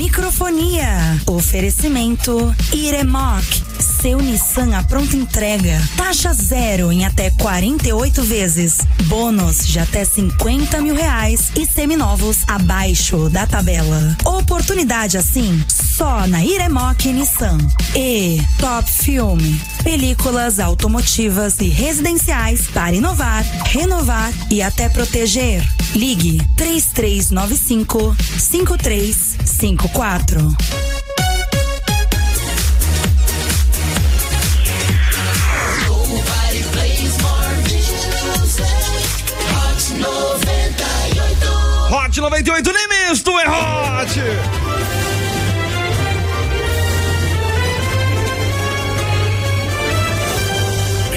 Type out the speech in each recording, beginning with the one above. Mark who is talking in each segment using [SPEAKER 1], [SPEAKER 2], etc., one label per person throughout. [SPEAKER 1] Microfonia. Oferecimento. Iremoc. Seu Nissan a pronta entrega. Taxa zero em até 48 vezes. Bônus de até 50 mil reais e seminovos abaixo da tabela. Oportunidade assim só na Iremoc Nissan. E Top Filme. Películas automotivas e residenciais para inovar, renovar e até proteger. Ligue 3395 5354.
[SPEAKER 2] Hot 98 Limes, tu é hot!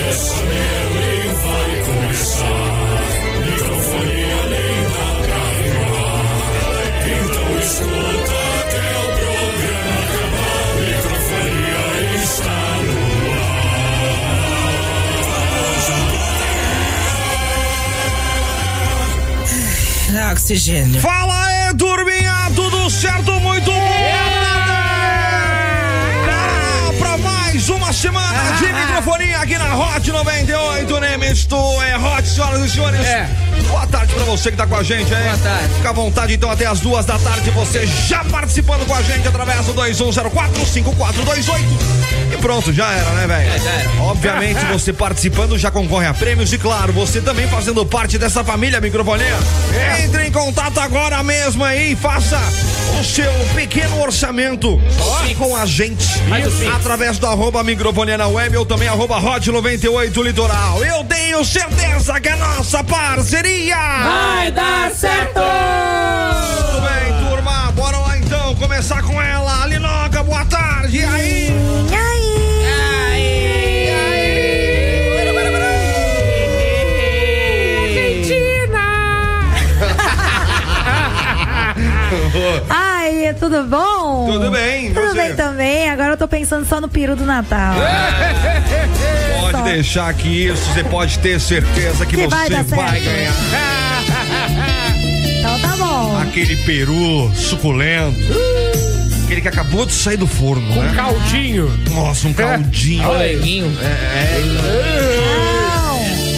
[SPEAKER 3] Essa nem vai começar. Microfonia nem dá pra rimar. Então escuta até o programa acabar. Microfonia está no
[SPEAKER 4] oxigênio.
[SPEAKER 2] Fala aí, turminha, tudo certo? Muito bom! Tá pra mais uma semana
[SPEAKER 4] Ah,
[SPEAKER 2] de microfonia aqui na Hot 98 Nemes, tu é Hot, senhoras e senhores.
[SPEAKER 4] É.
[SPEAKER 2] Boa tarde pra você que tá com a gente, hein?
[SPEAKER 4] Boa tarde.
[SPEAKER 2] Fica à vontade, então, até as duas da tarde, você já participando com a gente através do 21045428. E pronto, já era, né, velho?
[SPEAKER 4] É, já era.
[SPEAKER 2] Obviamente, você participando já concorre a prêmios e, claro, você também fazendo parte dessa família microfonia. Entre em contato agora mesmo aí e faça o seu pequeno orçamento com a gente
[SPEAKER 4] Faz o Pix.
[SPEAKER 2] através do arroba microfonia na web ou também arroba hot 98 litoral. Eu tenho certeza que é a nossa parceria...
[SPEAKER 4] Vai dar certo!
[SPEAKER 2] Tudo bem, turma? Bora lá então começar com ela. Alinoca, boa tarde. E aí?
[SPEAKER 5] Ai, tudo bom?
[SPEAKER 2] Tudo bem, e
[SPEAKER 5] Tudo
[SPEAKER 2] você?
[SPEAKER 5] bem também. Agora eu tô pensando só no peru do Natal.
[SPEAKER 2] Pode deixar que isso, você pode ter certeza que,
[SPEAKER 5] Que vai
[SPEAKER 2] você
[SPEAKER 5] dar certo.
[SPEAKER 2] vai ganhar
[SPEAKER 5] Então tá bom.
[SPEAKER 2] aquele peru suculento. Aquele que acabou de sair do forno, né?
[SPEAKER 6] Caldinho.
[SPEAKER 2] Nossa, um caldinho.
[SPEAKER 6] É.
[SPEAKER 4] Coleguinho.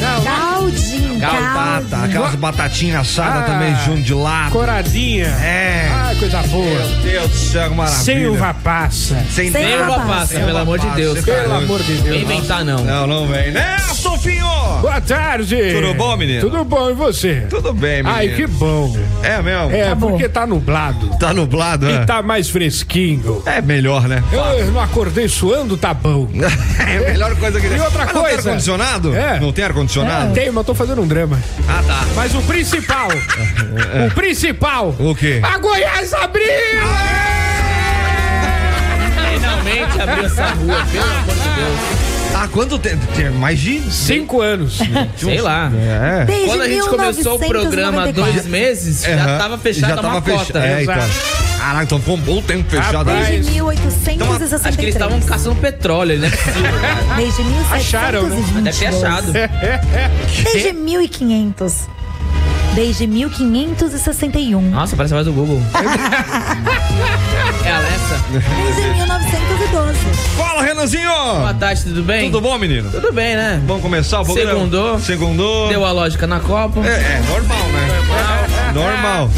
[SPEAKER 5] Não. Caldinho,
[SPEAKER 3] Tá.
[SPEAKER 2] Batata,
[SPEAKER 5] caldo.
[SPEAKER 2] aquelas batatinhas assadas
[SPEAKER 6] Ah.
[SPEAKER 2] também junto de lá.
[SPEAKER 6] Coradinha.
[SPEAKER 2] É.
[SPEAKER 6] Ah, coisa boa.
[SPEAKER 2] Meu tá Deus do céu, que maravilha.
[SPEAKER 6] Sem uva passa.
[SPEAKER 2] Sem
[SPEAKER 5] Sem
[SPEAKER 4] Nem
[SPEAKER 2] nada.
[SPEAKER 4] uva passa, pelo amor de Deus.
[SPEAKER 2] Pelo
[SPEAKER 4] cara.
[SPEAKER 2] amor
[SPEAKER 6] de
[SPEAKER 4] Vem tá. inventar, não.
[SPEAKER 2] Não, não vem. Né, Sofinho?
[SPEAKER 6] Boa tarde.
[SPEAKER 2] Tudo bom, menino?
[SPEAKER 6] Tudo bom, e você?
[SPEAKER 2] Tudo bem, menino.
[SPEAKER 6] Ai, que bom.
[SPEAKER 2] É mesmo?
[SPEAKER 6] É,
[SPEAKER 5] Tá bom.
[SPEAKER 6] porque tá nublado.
[SPEAKER 2] Tá nublado, né?
[SPEAKER 6] E tá mais fresquinho.
[SPEAKER 2] É melhor, né?
[SPEAKER 6] Eu, eu não acordei suando, tá bom.
[SPEAKER 2] é a melhor coisa que
[SPEAKER 6] E outra
[SPEAKER 2] Ah, Não tem
[SPEAKER 6] coisa?
[SPEAKER 2] ar-condicionado?
[SPEAKER 6] É.
[SPEAKER 2] Não tem ar-condicionado?
[SPEAKER 6] Tem, mas tô fazendo um drama.
[SPEAKER 2] Ah, tá.
[SPEAKER 6] Mas o principal. o principal.
[SPEAKER 2] O quê?
[SPEAKER 6] A Goiás abriu!
[SPEAKER 4] Finalmente abriu essa rua, pelo amor de Deus.
[SPEAKER 2] Há Ah, quanto tempo? Tem mais de.
[SPEAKER 6] Cinco anos.
[SPEAKER 4] Sei lá.
[SPEAKER 2] É.
[SPEAKER 5] Desde
[SPEAKER 4] Quando a gente começou o programa há
[SPEAKER 5] 1994.
[SPEAKER 4] dois meses,
[SPEAKER 2] Aham.
[SPEAKER 4] já tava fechada
[SPEAKER 2] Já
[SPEAKER 4] uma
[SPEAKER 2] tava fecha-
[SPEAKER 4] cota.
[SPEAKER 2] É, então.
[SPEAKER 6] Exato.
[SPEAKER 2] Caraca, então ficou um bom tempo fechado.
[SPEAKER 6] Rapaz.
[SPEAKER 2] né?
[SPEAKER 5] Desde 1863.
[SPEAKER 4] Acho que eles estavam caçando petróleo, né?
[SPEAKER 5] Desde 1722.
[SPEAKER 6] Acharam, né?
[SPEAKER 4] Deve ter achado.
[SPEAKER 5] Desde 1500. Desde 1561.
[SPEAKER 4] Nossa, parece mais do Google. é a Alessa.
[SPEAKER 5] Desde 1912.
[SPEAKER 2] Fala, Renanzinho!
[SPEAKER 4] Boa tarde, tudo bem?
[SPEAKER 2] Tudo bom, menino?
[SPEAKER 4] Tudo bem, né?
[SPEAKER 2] Vamos começar o programa?
[SPEAKER 4] Segundou.
[SPEAKER 2] Segundou.
[SPEAKER 4] Deu a lógica na Copa.
[SPEAKER 2] É, é normal, né? Normal.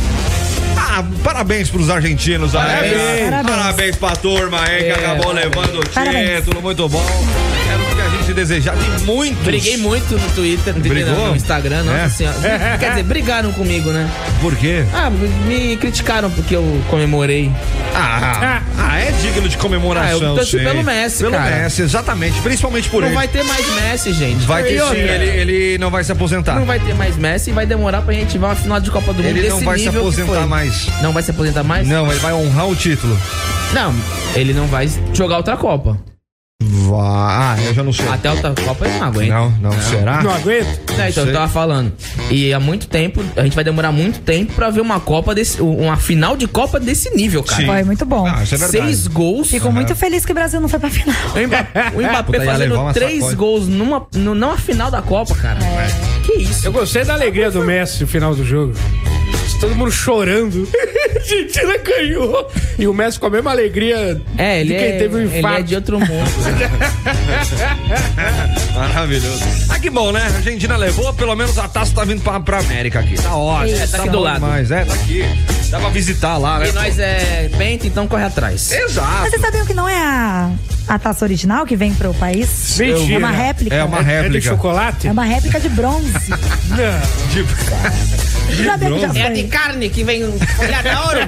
[SPEAKER 2] Ah, parabéns pros argentinos aí.
[SPEAKER 4] Parabéns.
[SPEAKER 2] Parabéns,
[SPEAKER 5] Parabéns.
[SPEAKER 2] pra turma aí que
[SPEAKER 4] É,
[SPEAKER 2] acabou levando o título.
[SPEAKER 5] Parabéns.
[SPEAKER 2] Muito bom. Era o que a gente desejava de muitos.
[SPEAKER 4] Briguei muito no Twitter, no Twitter,
[SPEAKER 2] Brigou?
[SPEAKER 4] não, no Instagram, nossa
[SPEAKER 2] É.
[SPEAKER 4] senhora. Quer dizer, brigaram comigo, né?
[SPEAKER 2] Por quê?
[SPEAKER 4] Ah, me criticaram porque eu comemorei.
[SPEAKER 2] Ah, ah, é digno de comemoração.
[SPEAKER 4] Ah, eu torço
[SPEAKER 2] sim.
[SPEAKER 4] pelo Messi,
[SPEAKER 2] Pelo
[SPEAKER 4] cara.
[SPEAKER 2] Messi, exatamente. Principalmente por
[SPEAKER 4] Não
[SPEAKER 2] ele.
[SPEAKER 4] vai ter mais Messi, gente.
[SPEAKER 2] Vai ter
[SPEAKER 4] E
[SPEAKER 2] sim,
[SPEAKER 4] outra,
[SPEAKER 2] ele, ele não vai se aposentar.
[SPEAKER 4] Não vai ter mais Messi e vai demorar pra gente ir a final de Copa do Mundo.
[SPEAKER 2] Ele não
[SPEAKER 4] desse
[SPEAKER 2] vai se
[SPEAKER 4] nível que
[SPEAKER 2] aposentar
[SPEAKER 4] foi.
[SPEAKER 2] mais.
[SPEAKER 4] Não vai se aposentar mais?
[SPEAKER 2] Não, ele vai honrar o título.
[SPEAKER 4] Não, ele não vai jogar outra Copa.
[SPEAKER 2] Vai. Ah, eu já não sei.
[SPEAKER 4] Até outra Copa ele não aguenta.
[SPEAKER 2] Não, não, será?
[SPEAKER 6] Não aguento.
[SPEAKER 4] É, então,
[SPEAKER 2] sei.
[SPEAKER 4] eu tava falando. E há muito tempo, a gente vai demorar muito tempo pra ver uma Copa desse. Uma final de Copa desse nível, cara.
[SPEAKER 2] Sim.
[SPEAKER 5] Foi muito bom.
[SPEAKER 2] Ah, isso é verdade.
[SPEAKER 4] Seis gols.
[SPEAKER 5] Fico muito feliz que o Brasil não foi pra final.
[SPEAKER 4] O Mba- o Mbappé
[SPEAKER 2] É, Puta, ia levar uma
[SPEAKER 4] fazendo três
[SPEAKER 2] sacode.
[SPEAKER 4] gols numa, no-
[SPEAKER 6] É.
[SPEAKER 4] numa final da Copa, cara. Que isso?
[SPEAKER 6] Eu gostei da alegria do Messi no final do jogo. Todo mundo chorando.
[SPEAKER 2] é
[SPEAKER 6] Argentina ganhou. E o Messi com a mesma alegria
[SPEAKER 4] É, ele
[SPEAKER 6] de quem
[SPEAKER 4] é,
[SPEAKER 6] teve um
[SPEAKER 4] ele
[SPEAKER 6] infarto.
[SPEAKER 4] é de outro mundo.
[SPEAKER 2] Maravilhoso. Ah, que bom, né? A Argentina levou, pelo menos a taça tá vindo pra, pra América aqui. Tá ótimo.
[SPEAKER 4] É, tá aqui
[SPEAKER 2] bom
[SPEAKER 4] do lado.
[SPEAKER 2] demais. É, tá aqui. Dá pra visitar lá, né?
[SPEAKER 4] e nós é penta, então corre atrás.
[SPEAKER 5] Mas
[SPEAKER 2] Exato.
[SPEAKER 5] vocês sabiam que não é a, a taça original que vem pro país?
[SPEAKER 6] Mentira.
[SPEAKER 5] É uma réplica.
[SPEAKER 2] É uma
[SPEAKER 6] É de
[SPEAKER 2] réplica.
[SPEAKER 6] chocolate?
[SPEAKER 5] É uma réplica de bronze.
[SPEAKER 2] De-
[SPEAKER 5] Sabia que já
[SPEAKER 4] É a de
[SPEAKER 5] foi?
[SPEAKER 4] carne que vem
[SPEAKER 7] um
[SPEAKER 4] folhada a ouro.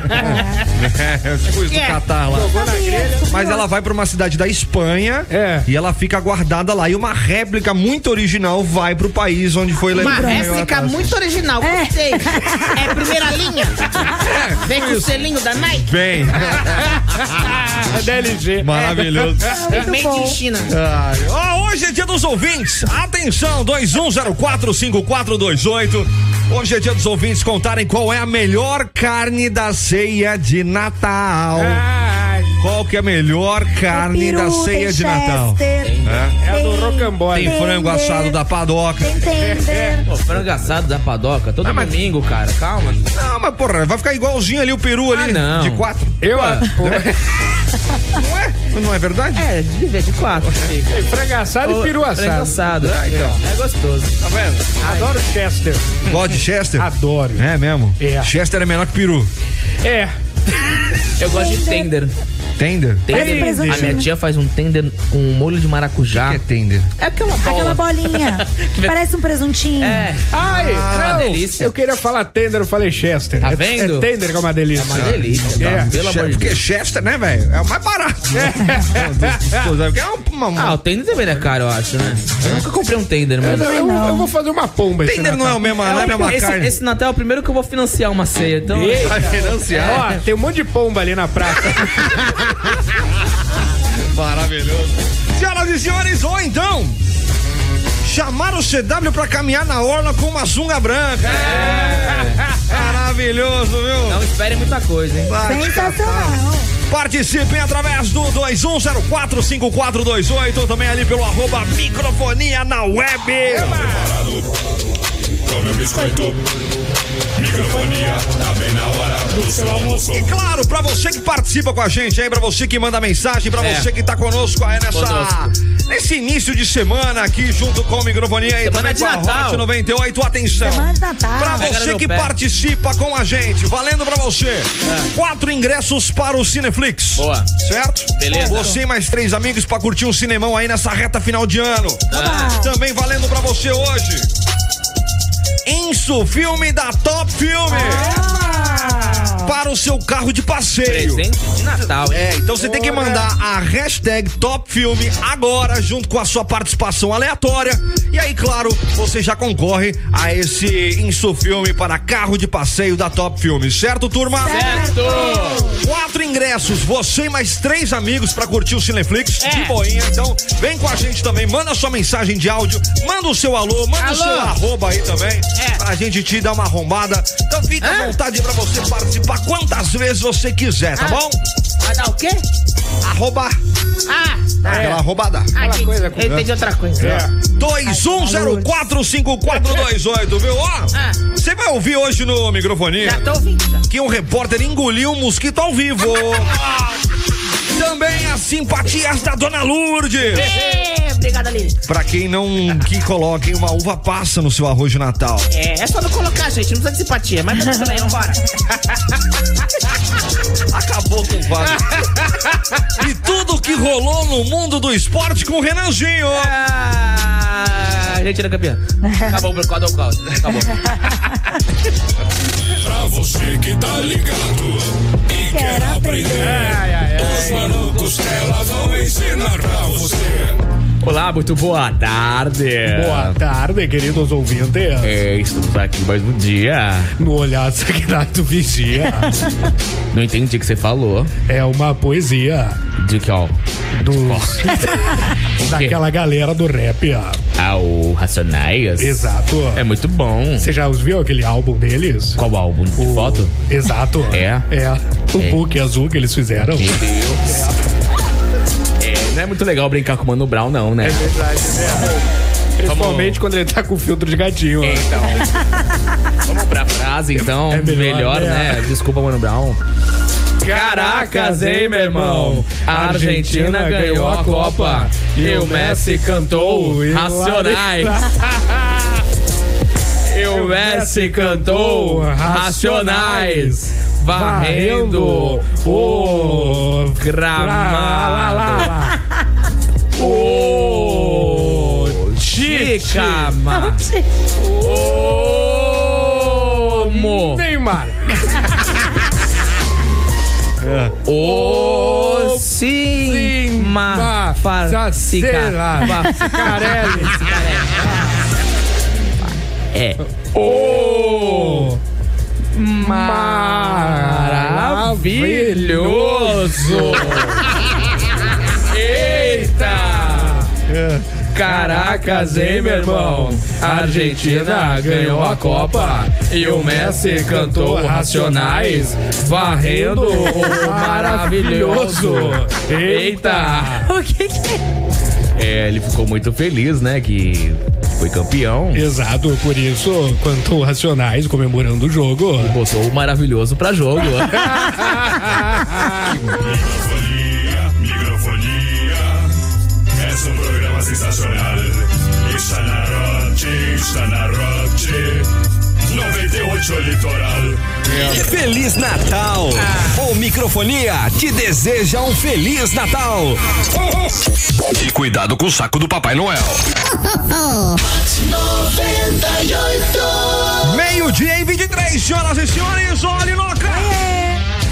[SPEAKER 2] É, tipo isso do Catar lá.
[SPEAKER 5] Sabia.
[SPEAKER 2] Mas ela vai pra uma cidade da Espanha
[SPEAKER 6] É.
[SPEAKER 2] e ela fica guardada lá. E uma réplica muito original vai pro país onde foi
[SPEAKER 7] Uma
[SPEAKER 2] levada.
[SPEAKER 7] réplica muito original, gostei. É primeira linha. Vem com o selinho da Nike.
[SPEAKER 2] Bem,
[SPEAKER 6] É DLG.
[SPEAKER 2] maravilhoso.
[SPEAKER 4] É.
[SPEAKER 7] Made in China.
[SPEAKER 2] Ai, ó, hoje é dia dos ouvintes. Atenção, 21045428. Hoje é dia dos ouvintes contarem qual é a melhor carne da ceia de Natal.
[SPEAKER 6] É. Ai,
[SPEAKER 2] Qual que é a melhor carne
[SPEAKER 5] Peru,
[SPEAKER 2] da ceia
[SPEAKER 5] tem
[SPEAKER 2] de Natal?
[SPEAKER 5] Chester,
[SPEAKER 2] É.
[SPEAKER 6] é a do
[SPEAKER 2] Tem
[SPEAKER 6] Rocambole.
[SPEAKER 2] frango assado da padoca.
[SPEAKER 5] Tem tender.
[SPEAKER 4] Pô, frango assado da padoca, todo domingo, cara. Calma.
[SPEAKER 2] Não, mas porra, vai ficar igualzinho ali o peru ali
[SPEAKER 4] não.
[SPEAKER 2] de quatro.
[SPEAKER 6] Eu, a-
[SPEAKER 2] Não é? Não é verdade?
[SPEAKER 4] É, de vez de quatro. Fica.
[SPEAKER 6] frango assado e É peru
[SPEAKER 4] Frango
[SPEAKER 6] assado.
[SPEAKER 4] assado.
[SPEAKER 2] Ah,
[SPEAKER 4] É gostoso.
[SPEAKER 6] Tá vendo? Adoro Chester.
[SPEAKER 2] então. Gosta de Chester?
[SPEAKER 6] Adoro.
[SPEAKER 2] É mesmo?
[SPEAKER 6] Ah. É.
[SPEAKER 2] Chester é menor que peru.
[SPEAKER 6] É.
[SPEAKER 4] Eu gosto de tender.
[SPEAKER 2] Tender?
[SPEAKER 5] Tem
[SPEAKER 4] Tender.
[SPEAKER 5] presuntinho.
[SPEAKER 4] A minha tia faz um tender com molho de
[SPEAKER 2] O
[SPEAKER 4] maracujá.
[SPEAKER 2] que é tender?
[SPEAKER 4] É aquela
[SPEAKER 5] Aquela bolinha.
[SPEAKER 4] Que
[SPEAKER 5] Parece um presuntinho.
[SPEAKER 4] É,
[SPEAKER 6] Ai,
[SPEAKER 4] uma
[SPEAKER 6] não,
[SPEAKER 4] delícia.
[SPEAKER 6] eu queria falar tender, eu falei Chester.
[SPEAKER 4] Tá
[SPEAKER 6] É-
[SPEAKER 4] vendo?
[SPEAKER 6] É tender que é uma delícia.
[SPEAKER 4] uma delícia.
[SPEAKER 6] É,
[SPEAKER 4] tá? Pelo
[SPEAKER 2] Che-
[SPEAKER 4] amor de
[SPEAKER 2] porque
[SPEAKER 4] Deus.
[SPEAKER 2] Chester, né, velho? É o mais barato. né? Meu Deus do céu, É uma, uma-
[SPEAKER 4] Ah, o tender também é caro, eu acho, né? Eu nunca comprei um tender, mas...
[SPEAKER 6] Eu, eu- eu vou fazer uma pomba esse
[SPEAKER 2] Tender não é
[SPEAKER 6] Natal.
[SPEAKER 2] o mesmo, não é a mesma
[SPEAKER 4] Esse,
[SPEAKER 2] carne.
[SPEAKER 4] esse Natal é o primeiro que eu vou financiar uma ceia, então...
[SPEAKER 2] Vai financiar.
[SPEAKER 6] Ó, tem um monte de pomba ali na praça.
[SPEAKER 2] Maravilhoso. Senhoras e senhores, ou então. Chamar o CW pra caminhar na orla com uma sunga branca. É. Maravilhoso, viu?
[SPEAKER 4] Não espere muita coisa, hein?
[SPEAKER 2] Vai
[SPEAKER 5] Então, Sensacional.
[SPEAKER 2] Então, Participem através do 21045428 ou também ali pelo arroba microfonia na web.
[SPEAKER 3] Come um biscoito. Microfonia, tá bem na hora do seu almoço.
[SPEAKER 2] E claro, pra você que participa com a gente aí, pra você que manda mensagem, pra
[SPEAKER 4] É.
[SPEAKER 2] você que tá conosco aí nessa.
[SPEAKER 4] Conosco.
[SPEAKER 2] Nesse início de semana aqui junto com o Microfonia e também
[SPEAKER 4] Semana de
[SPEAKER 2] com a
[SPEAKER 4] Natal.
[SPEAKER 2] Hot 98, atenção.
[SPEAKER 5] Semana de é Natal.
[SPEAKER 2] Pra
[SPEAKER 4] Pega
[SPEAKER 2] você
[SPEAKER 4] no
[SPEAKER 2] que
[SPEAKER 4] pé. É.
[SPEAKER 2] participa com a gente, valendo pra você. Quatro ingressos para o Cineflix.
[SPEAKER 4] Boa.
[SPEAKER 2] Certo?
[SPEAKER 4] Beleza.
[SPEAKER 2] Você e mais três amigos pra curtir um cinemão aí nessa reta final de ano.
[SPEAKER 4] É.
[SPEAKER 2] Também valendo pra você hoje. Inso Filme da Top Filme para o seu carro de passeio.
[SPEAKER 4] Presente de Natal, hein?
[SPEAKER 2] É, então você tem que mandar a hashtag Top Filme agora, junto com a sua participação aleatória. E aí, claro, você já concorre a esse Insufilme para carro de passeio da Top Filme, certo, turma?
[SPEAKER 4] Certo!
[SPEAKER 2] Quatro ingressos, você e mais três amigos pra curtir o Cineflix de boinha. Então, vem com a gente também, manda sua mensagem de áudio, manda o seu alô, manda o
[SPEAKER 7] Alô.
[SPEAKER 2] seu arroba aí também, pra gente te dar uma arrombada. Então, fica à vontade pra você participar quantas vezes você quiser, tá bom?
[SPEAKER 7] Vai dar o quê?
[SPEAKER 2] Arroba,
[SPEAKER 7] Ah,
[SPEAKER 2] tá? aquela arrobada.
[SPEAKER 7] ah gente,
[SPEAKER 6] coisa com-
[SPEAKER 7] eu entendi outra coisa.
[SPEAKER 4] É.
[SPEAKER 2] 21045428, viu? Ó,
[SPEAKER 7] Ah.
[SPEAKER 2] você vai ouvir hoje no microfone
[SPEAKER 7] Já tô Tá ouvindo. já.
[SPEAKER 2] que um repórter engoliu um mosquito ao vivo. Também as simpatias da Dona Lourdes.
[SPEAKER 7] É. Ê, Obrigada, Lili.
[SPEAKER 2] Pra quem não que coloquem uma uva passa no seu arroz de Natal.
[SPEAKER 7] É, é só não colocar, gente. Não precisa de simpatia. Mas tá tudo bem, vambora.
[SPEAKER 2] Acabou com o quadro. e tudo que rolou no mundo do esporte com o Renanzinho.
[SPEAKER 7] É.
[SPEAKER 4] Ah, Argentina campeã. Acabou por quadro ao caos. Acabou.
[SPEAKER 3] Pra você que tá ligado e quer aprender, os malucos dela vão ensinar pra você.
[SPEAKER 4] Olá, muito boa tarde.
[SPEAKER 6] Boa tarde, queridos ouvintes.
[SPEAKER 4] É, estamos aqui mais um dia.
[SPEAKER 6] No olhar sagrado do vigia
[SPEAKER 4] Não entendi o que você falou.
[SPEAKER 6] é uma poesia
[SPEAKER 4] De que, ó,
[SPEAKER 6] dos, daquela galera do rap. ó.
[SPEAKER 4] ao é Racionais.
[SPEAKER 6] Exato.
[SPEAKER 4] É muito bom.
[SPEAKER 6] Você já viu aquele álbum deles?
[SPEAKER 4] Qual álbum de foto?
[SPEAKER 6] Exato.
[SPEAKER 4] É?
[SPEAKER 6] É. O
[SPEAKER 4] É.
[SPEAKER 6] book azul que eles fizeram.
[SPEAKER 4] Meu Deus. É, não é muito legal brincar com o Mano Brown, não, né?
[SPEAKER 6] verdade, né? Principalmente quando ele tá com filtro de gatinho. né?
[SPEAKER 4] Então. Vamos pra frase, então.
[SPEAKER 6] É melhor,
[SPEAKER 4] melhor,
[SPEAKER 6] né?
[SPEAKER 4] né? Desculpa, Mano Brown.
[SPEAKER 6] Caracas, hein, meu irmão?
[SPEAKER 4] A Argentina ganhou a Copa. E o Messi cantou
[SPEAKER 6] E o
[SPEAKER 4] Racionais. E o Messi cantou Racionais. Varrendo o
[SPEAKER 6] o lá, lá,
[SPEAKER 4] gramado.
[SPEAKER 6] lá, lá.
[SPEAKER 4] O Chicama. Omo.
[SPEAKER 6] Neymar.
[SPEAKER 4] O Cima. Facica.
[SPEAKER 6] Carelli.
[SPEAKER 4] É.
[SPEAKER 6] O
[SPEAKER 4] Maravilhoso. Eita. Caracas, hein, Tá meu irmão? A Argentina ganhou a Copa e o Messi cantou Racionais, varrendo o maravilhoso. Eita!
[SPEAKER 5] O que que é?
[SPEAKER 4] É, ele ficou muito feliz, né, que foi campeão.
[SPEAKER 6] Exato, por isso, quanto Racionais comemorando o jogo.
[SPEAKER 4] Botou o maravilhoso pra jogo.
[SPEAKER 3] Microfonia, microfonia. Es un programa sensacional. Está na Rote, está na Rote. 98 Litoral.
[SPEAKER 8] Feliz Natal! O Microfonia te deseja um Feliz Natal!
[SPEAKER 3] E cuidado com o saco do Papai Noel.
[SPEAKER 2] Meio-dia e 23, senhoras e senhores, olhe louca!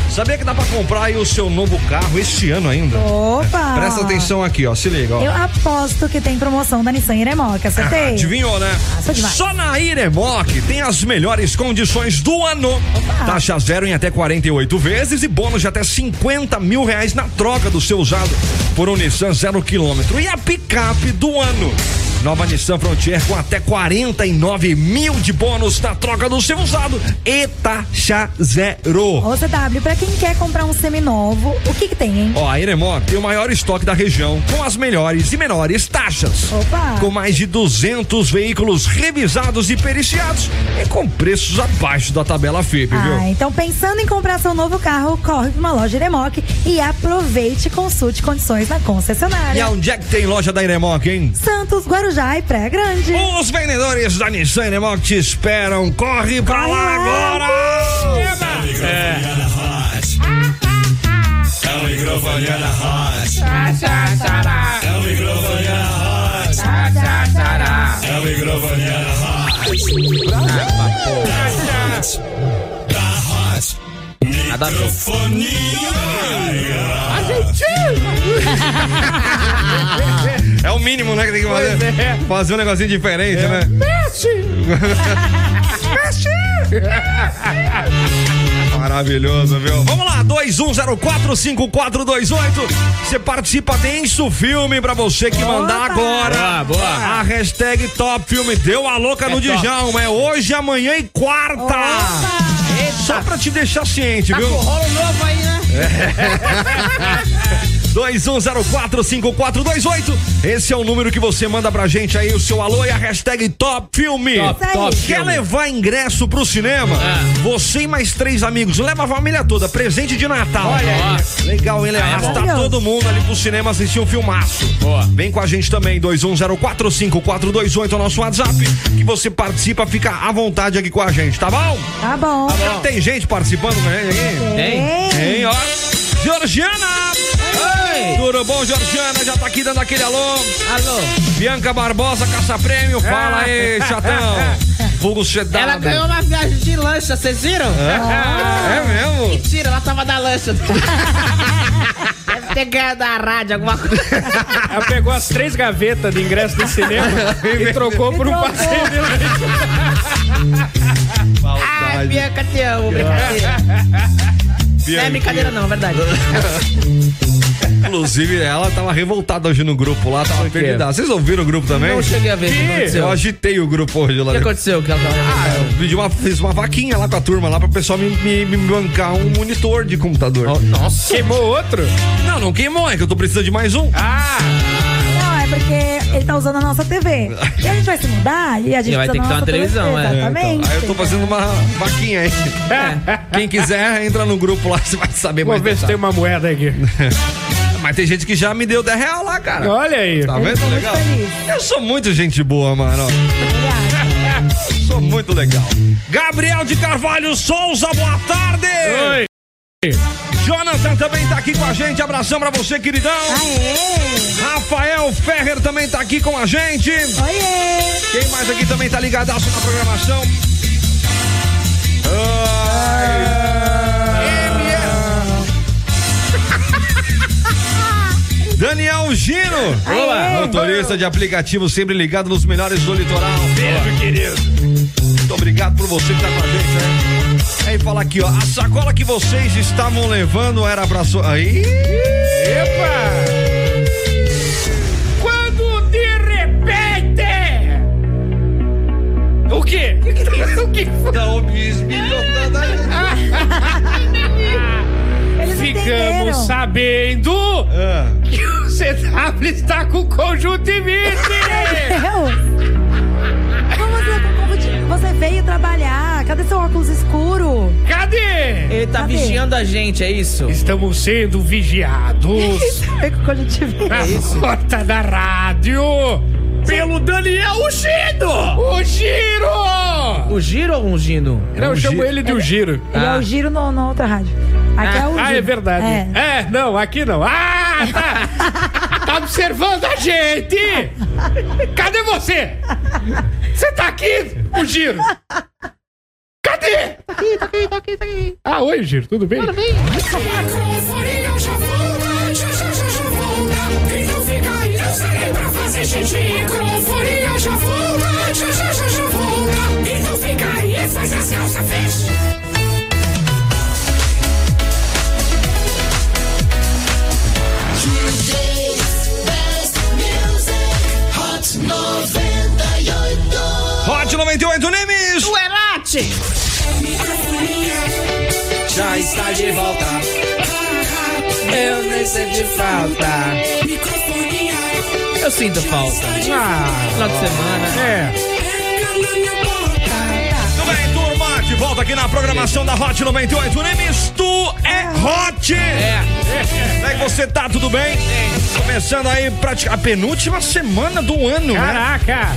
[SPEAKER 2] Sabia que dá pra comprar aí o seu novo carro este ano ainda?
[SPEAKER 5] Opa!
[SPEAKER 2] Presta atenção aqui, ó, se liga, ó.
[SPEAKER 5] Eu aposto que tem promoção da Nissan Iremoca, acertei?
[SPEAKER 2] Adivinhou, né?
[SPEAKER 5] Ah, sou demais.
[SPEAKER 2] Só na Iremoc tem as melhores condições do ano. Taxa zero em até 48 vezes e bônus de até 50 mil reais na troca do seu usado por um Nissan zero quilômetro. E a picape do ano. Nova Nissan Frontier com até 49 mil de bônus na troca do seu usado e taxa zero.
[SPEAKER 5] Ô CW, pra quem quer comprar um seminovo, o que que tem, hein?
[SPEAKER 2] Ó, a Eremó tem o maior estoque da região, com as melhores e menores taxas.
[SPEAKER 5] Opa!
[SPEAKER 2] Com mais de 200 veículos revisados e periciados e com preços abaixo da tabela FIP,
[SPEAKER 5] Ah,
[SPEAKER 2] viu?
[SPEAKER 5] então pensando em comprar seu novo carro, corre pra uma loja Iremoc e aproveite e consulte condições na
[SPEAKER 2] E
[SPEAKER 5] concessionária.
[SPEAKER 2] onde é que tem loja da Eremó, hein?
[SPEAKER 5] Santos, Guarujá e Praia Grande.
[SPEAKER 2] Os vendedores da Nissan Eremó te esperam. Corre pra lá agora!
[SPEAKER 3] A microfonia na Rote. A microfonia na Rote. A microfonia na Rote. A microfonia na Rote. Da Rote. Microfonia.
[SPEAKER 2] É o mínimo, né, que tem que fazer. Fazer um negocinho diferente, né? Maravilhoso, viu? Vamos lá, 21045428. Você participa, tem isso filme pra você que mandar agora.
[SPEAKER 4] Boa, boa.
[SPEAKER 2] A hashtag Top Filme deu a louca no
[SPEAKER 4] top.
[SPEAKER 2] Dijão. É hoje, amanhã e quarta. Só pra te deixar ciente,
[SPEAKER 7] Tá
[SPEAKER 2] viu?
[SPEAKER 7] com rolo novo aí, né?
[SPEAKER 2] 21045428. Esse é o número que você manda pra gente aí, o seu alô e a hashtag Top Filme.
[SPEAKER 4] Top,
[SPEAKER 5] Isso aí.
[SPEAKER 4] top.
[SPEAKER 2] Quer levar ingresso pro cinema? Você e mais três amigos, leva a família toda, presente de Natal.
[SPEAKER 4] Olha
[SPEAKER 2] Legal, hein?
[SPEAKER 4] é bom.
[SPEAKER 2] Arrastar todo mundo ali pro cinema assistir um filmaço.
[SPEAKER 4] Boa.
[SPEAKER 2] Vem com a gente também, 21045428 é o nosso WhatsApp, que você participa, fica à vontade aqui com a gente, tá bom?
[SPEAKER 5] Tá bom.
[SPEAKER 2] Tem gente participando com a gente aqui?
[SPEAKER 4] Tem?
[SPEAKER 2] Hein, ó. Georgiana! Tudo bom, Georgiana? Já tá aqui dando aquele alô.
[SPEAKER 4] Alô?
[SPEAKER 2] Bianca Barbosa, caça-prêmio. Fala aí, chatão. Vulgo sedado.
[SPEAKER 7] Ela ganhou uma viagem de lancha, vocês viram?
[SPEAKER 2] É mesmo?
[SPEAKER 7] Mentira, ela tava da lancha. Deve ter ganhado a rádio, alguma coisa.
[SPEAKER 6] Ela pegou as três gavetas de ingresso do cinema e trocou por um passeio de lanche.
[SPEAKER 7] Ai, Bianca, te amo. Brincadeira. Não é brincadeira, não, é verdade.
[SPEAKER 2] Inclusive, ela tava revoltada hoje no grupo lá, tava perdida. Vocês ouviram o grupo também?
[SPEAKER 4] Não cheguei a ver o que aconteceu.
[SPEAKER 2] Eu
[SPEAKER 4] O
[SPEAKER 2] agitei o grupo hoje lá.
[SPEAKER 4] que aconteceu? Que ela tava...
[SPEAKER 2] Eu pedi uma, fiz uma vaquinha lá com a turma lá pro pessoal me, me, me bancar um monitor de
[SPEAKER 4] Oh,
[SPEAKER 2] computador.
[SPEAKER 4] Nossa.
[SPEAKER 6] Queimou outro?
[SPEAKER 2] Não, não queimou, é que eu tô precisando de mais um.
[SPEAKER 6] Ah,
[SPEAKER 5] Não, é porque ele tá usando a nossa TV. E a gente vai se mudar e a gente
[SPEAKER 4] E
[SPEAKER 5] precisa
[SPEAKER 4] vai ter
[SPEAKER 5] da
[SPEAKER 4] que ter uma
[SPEAKER 5] nossa
[SPEAKER 4] televisão, é.
[SPEAKER 5] TV. Exatamente.
[SPEAKER 2] Aí eu tô fazendo uma vaquinha aí. Quem quiser, entra no grupo lá, você vai saber
[SPEAKER 6] É. Vou
[SPEAKER 2] mais.
[SPEAKER 6] ver se tem
[SPEAKER 2] detalhes.
[SPEAKER 6] uma moeda aqui.
[SPEAKER 2] Mas tem gente que já me deu 10 real lá, cara.
[SPEAKER 6] Olha aí.
[SPEAKER 2] Tá
[SPEAKER 5] Eu tô
[SPEAKER 2] vendo?
[SPEAKER 5] muito
[SPEAKER 2] Legal.
[SPEAKER 5] feliz.
[SPEAKER 2] Eu sou muito gente boa, mano. sou muito legal. Gabriel de Carvalho Souza, boa tarde!
[SPEAKER 6] Oi.
[SPEAKER 2] Jonathan também tá aqui com a gente. Abração pra você, queridão.
[SPEAKER 5] Aê!
[SPEAKER 2] Rafael Ferrer também tá aqui com a gente.
[SPEAKER 5] Oiê!
[SPEAKER 2] Quem mais aqui também tá ligadaço na programação? Ai. Daniel Gino,
[SPEAKER 5] Aê!
[SPEAKER 2] motorista de aplicativo sempre ligado nos melhores do litoral. Beijo, querido. Muito obrigado por você que tá com a gente, né? Aí fala aqui, ó, a sacola que vocês estavam levando era pra sua... Aí...
[SPEAKER 6] Epa! Quando de repente. O quê? O que tá foi?
[SPEAKER 2] Não, bicho,
[SPEAKER 5] Eles entenderam.
[SPEAKER 6] Ficamos sabendo que o CW está com conjuntivite!
[SPEAKER 5] Deus! Como você, é como te- você veio trabalhar? Cadê seu óculos escuro?
[SPEAKER 6] Cadê?
[SPEAKER 4] Ele tá
[SPEAKER 5] Cadê?
[SPEAKER 4] vigiando a gente, é isso?
[SPEAKER 6] Estamos sendo vigiados
[SPEAKER 5] Vem com o conjuntivite.
[SPEAKER 6] na porta da rádio pelo Daniel Uchido! O Giro!
[SPEAKER 4] O Giro ou um Gino?
[SPEAKER 6] Não, eu chamo ele de o Giro.
[SPEAKER 5] Ele é
[SPEAKER 4] Ah.
[SPEAKER 5] o giro no- na outra rádio. Aqui é o giro.
[SPEAKER 6] Ah, é verdade.
[SPEAKER 5] É.
[SPEAKER 6] É, não, aqui não. Ah, tá! tá observando a gente! Cadê você? Você tá aqui, o Giro? Cadê? Tá aqui, tá aqui, tá aqui, Ah, oi, Giro, tudo bem?
[SPEAKER 3] Microfonia, eu já volto, já, já, já, já volto. Quem não fica aí, eu saí pra fazer xixi. Microfonia, eu já volto, já, já, já, já volto. Quem não fica aí, faz as calças, fecha.
[SPEAKER 2] Hot 98 Nimes!
[SPEAKER 8] Já está de volta. Eu nem senti falta.
[SPEAKER 4] Eu sinto falta.
[SPEAKER 6] Ah,
[SPEAKER 4] Final de semana.
[SPEAKER 6] é.
[SPEAKER 2] Tudo bem, turma? De volta aqui na programação da Hot 98. Nemes, tu é Hot! É. Como é que você tá? Tudo bem? Começando aí prati- a penúltima semana do ano, né?
[SPEAKER 6] Caraca!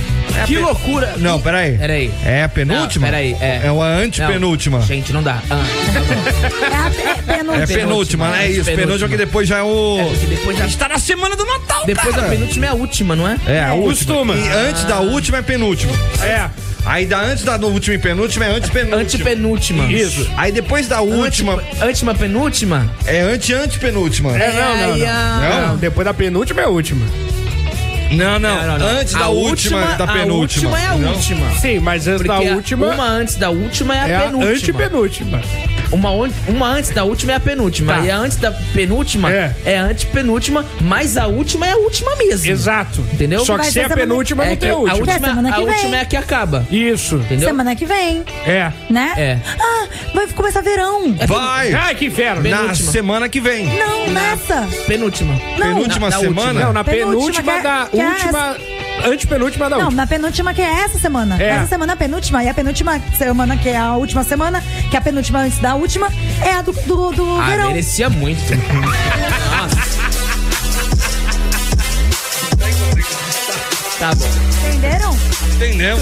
[SPEAKER 4] Que loucura.
[SPEAKER 2] Não, peraí.
[SPEAKER 4] Peraí.
[SPEAKER 2] É a penúltima?
[SPEAKER 4] Não, peraí, é.
[SPEAKER 2] É uma antepenúltima.
[SPEAKER 4] Não, Gente, não dá. Ah,
[SPEAKER 5] É a pe-
[SPEAKER 2] É
[SPEAKER 5] penúltima.
[SPEAKER 2] penúltima, né? Isso,
[SPEAKER 4] Penúltima.
[SPEAKER 2] penúltima que depois já é o...
[SPEAKER 4] É, porque depois já-
[SPEAKER 2] Está na semana do Natal,
[SPEAKER 4] depois
[SPEAKER 2] cara.
[SPEAKER 4] a penúltima é a última, não é?
[SPEAKER 2] É, a última.
[SPEAKER 6] Costuma.
[SPEAKER 2] E antes da última é penúltima.
[SPEAKER 6] É.
[SPEAKER 2] Aí da antes da última e penúltima é antepenúltima.
[SPEAKER 4] Antepenúltima.
[SPEAKER 6] Isso.
[SPEAKER 2] Aí depois da última
[SPEAKER 4] Antepe- Antima penúltima?
[SPEAKER 2] é ante-antepenúltima.
[SPEAKER 6] É, não, não,
[SPEAKER 4] Ai,
[SPEAKER 6] não.
[SPEAKER 4] ah.
[SPEAKER 6] Não, depois da penúltima é a última.
[SPEAKER 2] Não, não.
[SPEAKER 4] Não, não, não.
[SPEAKER 2] Antes
[SPEAKER 4] A
[SPEAKER 2] da última, da penúltima.
[SPEAKER 4] A última é a
[SPEAKER 2] Não?
[SPEAKER 4] última.
[SPEAKER 6] Sim, mas antes
[SPEAKER 4] Porque
[SPEAKER 6] da
[SPEAKER 4] a-
[SPEAKER 6] última
[SPEAKER 4] Uma antes da última é a
[SPEAKER 6] é a
[SPEAKER 4] penúltima.
[SPEAKER 6] antepenúltima.
[SPEAKER 4] Uma, on- uma antes da última é a penúltima.
[SPEAKER 6] Tá.
[SPEAKER 4] E a antes da penúltima
[SPEAKER 6] É.
[SPEAKER 4] é. a antepenúltima, mas a última é a última mesmo.
[SPEAKER 6] Exato.
[SPEAKER 4] Entendeu?
[SPEAKER 6] Só que
[SPEAKER 5] Vai
[SPEAKER 6] se
[SPEAKER 5] ter
[SPEAKER 6] é a
[SPEAKER 5] semana-
[SPEAKER 6] penúltima,
[SPEAKER 4] É
[SPEAKER 6] não
[SPEAKER 4] que
[SPEAKER 6] tem
[SPEAKER 4] a
[SPEAKER 6] a última.
[SPEAKER 4] última,
[SPEAKER 5] É, semana
[SPEAKER 4] a
[SPEAKER 5] que vem.
[SPEAKER 4] última é a que acaba.
[SPEAKER 6] Isso.
[SPEAKER 4] Entendeu?
[SPEAKER 5] Semana que vem,
[SPEAKER 6] É.
[SPEAKER 5] né?
[SPEAKER 4] É.
[SPEAKER 5] Ah, vai começar verão.
[SPEAKER 2] Vai!
[SPEAKER 6] Ai, que inferno.
[SPEAKER 2] Na
[SPEAKER 4] penúltima.
[SPEAKER 2] semana que vem.
[SPEAKER 5] Não, nessa.
[SPEAKER 4] Penúltima.
[SPEAKER 5] Não.
[SPEAKER 2] Penúltima
[SPEAKER 4] Na- na
[SPEAKER 2] semana?
[SPEAKER 4] última.
[SPEAKER 6] Não, na penúltima,
[SPEAKER 5] Penúltima, que é-
[SPEAKER 6] da
[SPEAKER 5] que é
[SPEAKER 6] última. Antepenúltima da
[SPEAKER 5] Não,
[SPEAKER 6] última.
[SPEAKER 5] na penúltima que é essa semana.
[SPEAKER 6] É.
[SPEAKER 5] Essa semana é a penúltima. E a penúltima semana, que é a última semana, que é a penúltima antes da última, é a do, do, do
[SPEAKER 4] Ah,
[SPEAKER 5] verão.
[SPEAKER 4] merecia muito. Nossa. Tá bom.
[SPEAKER 5] Entenderam?
[SPEAKER 2] Entendemos.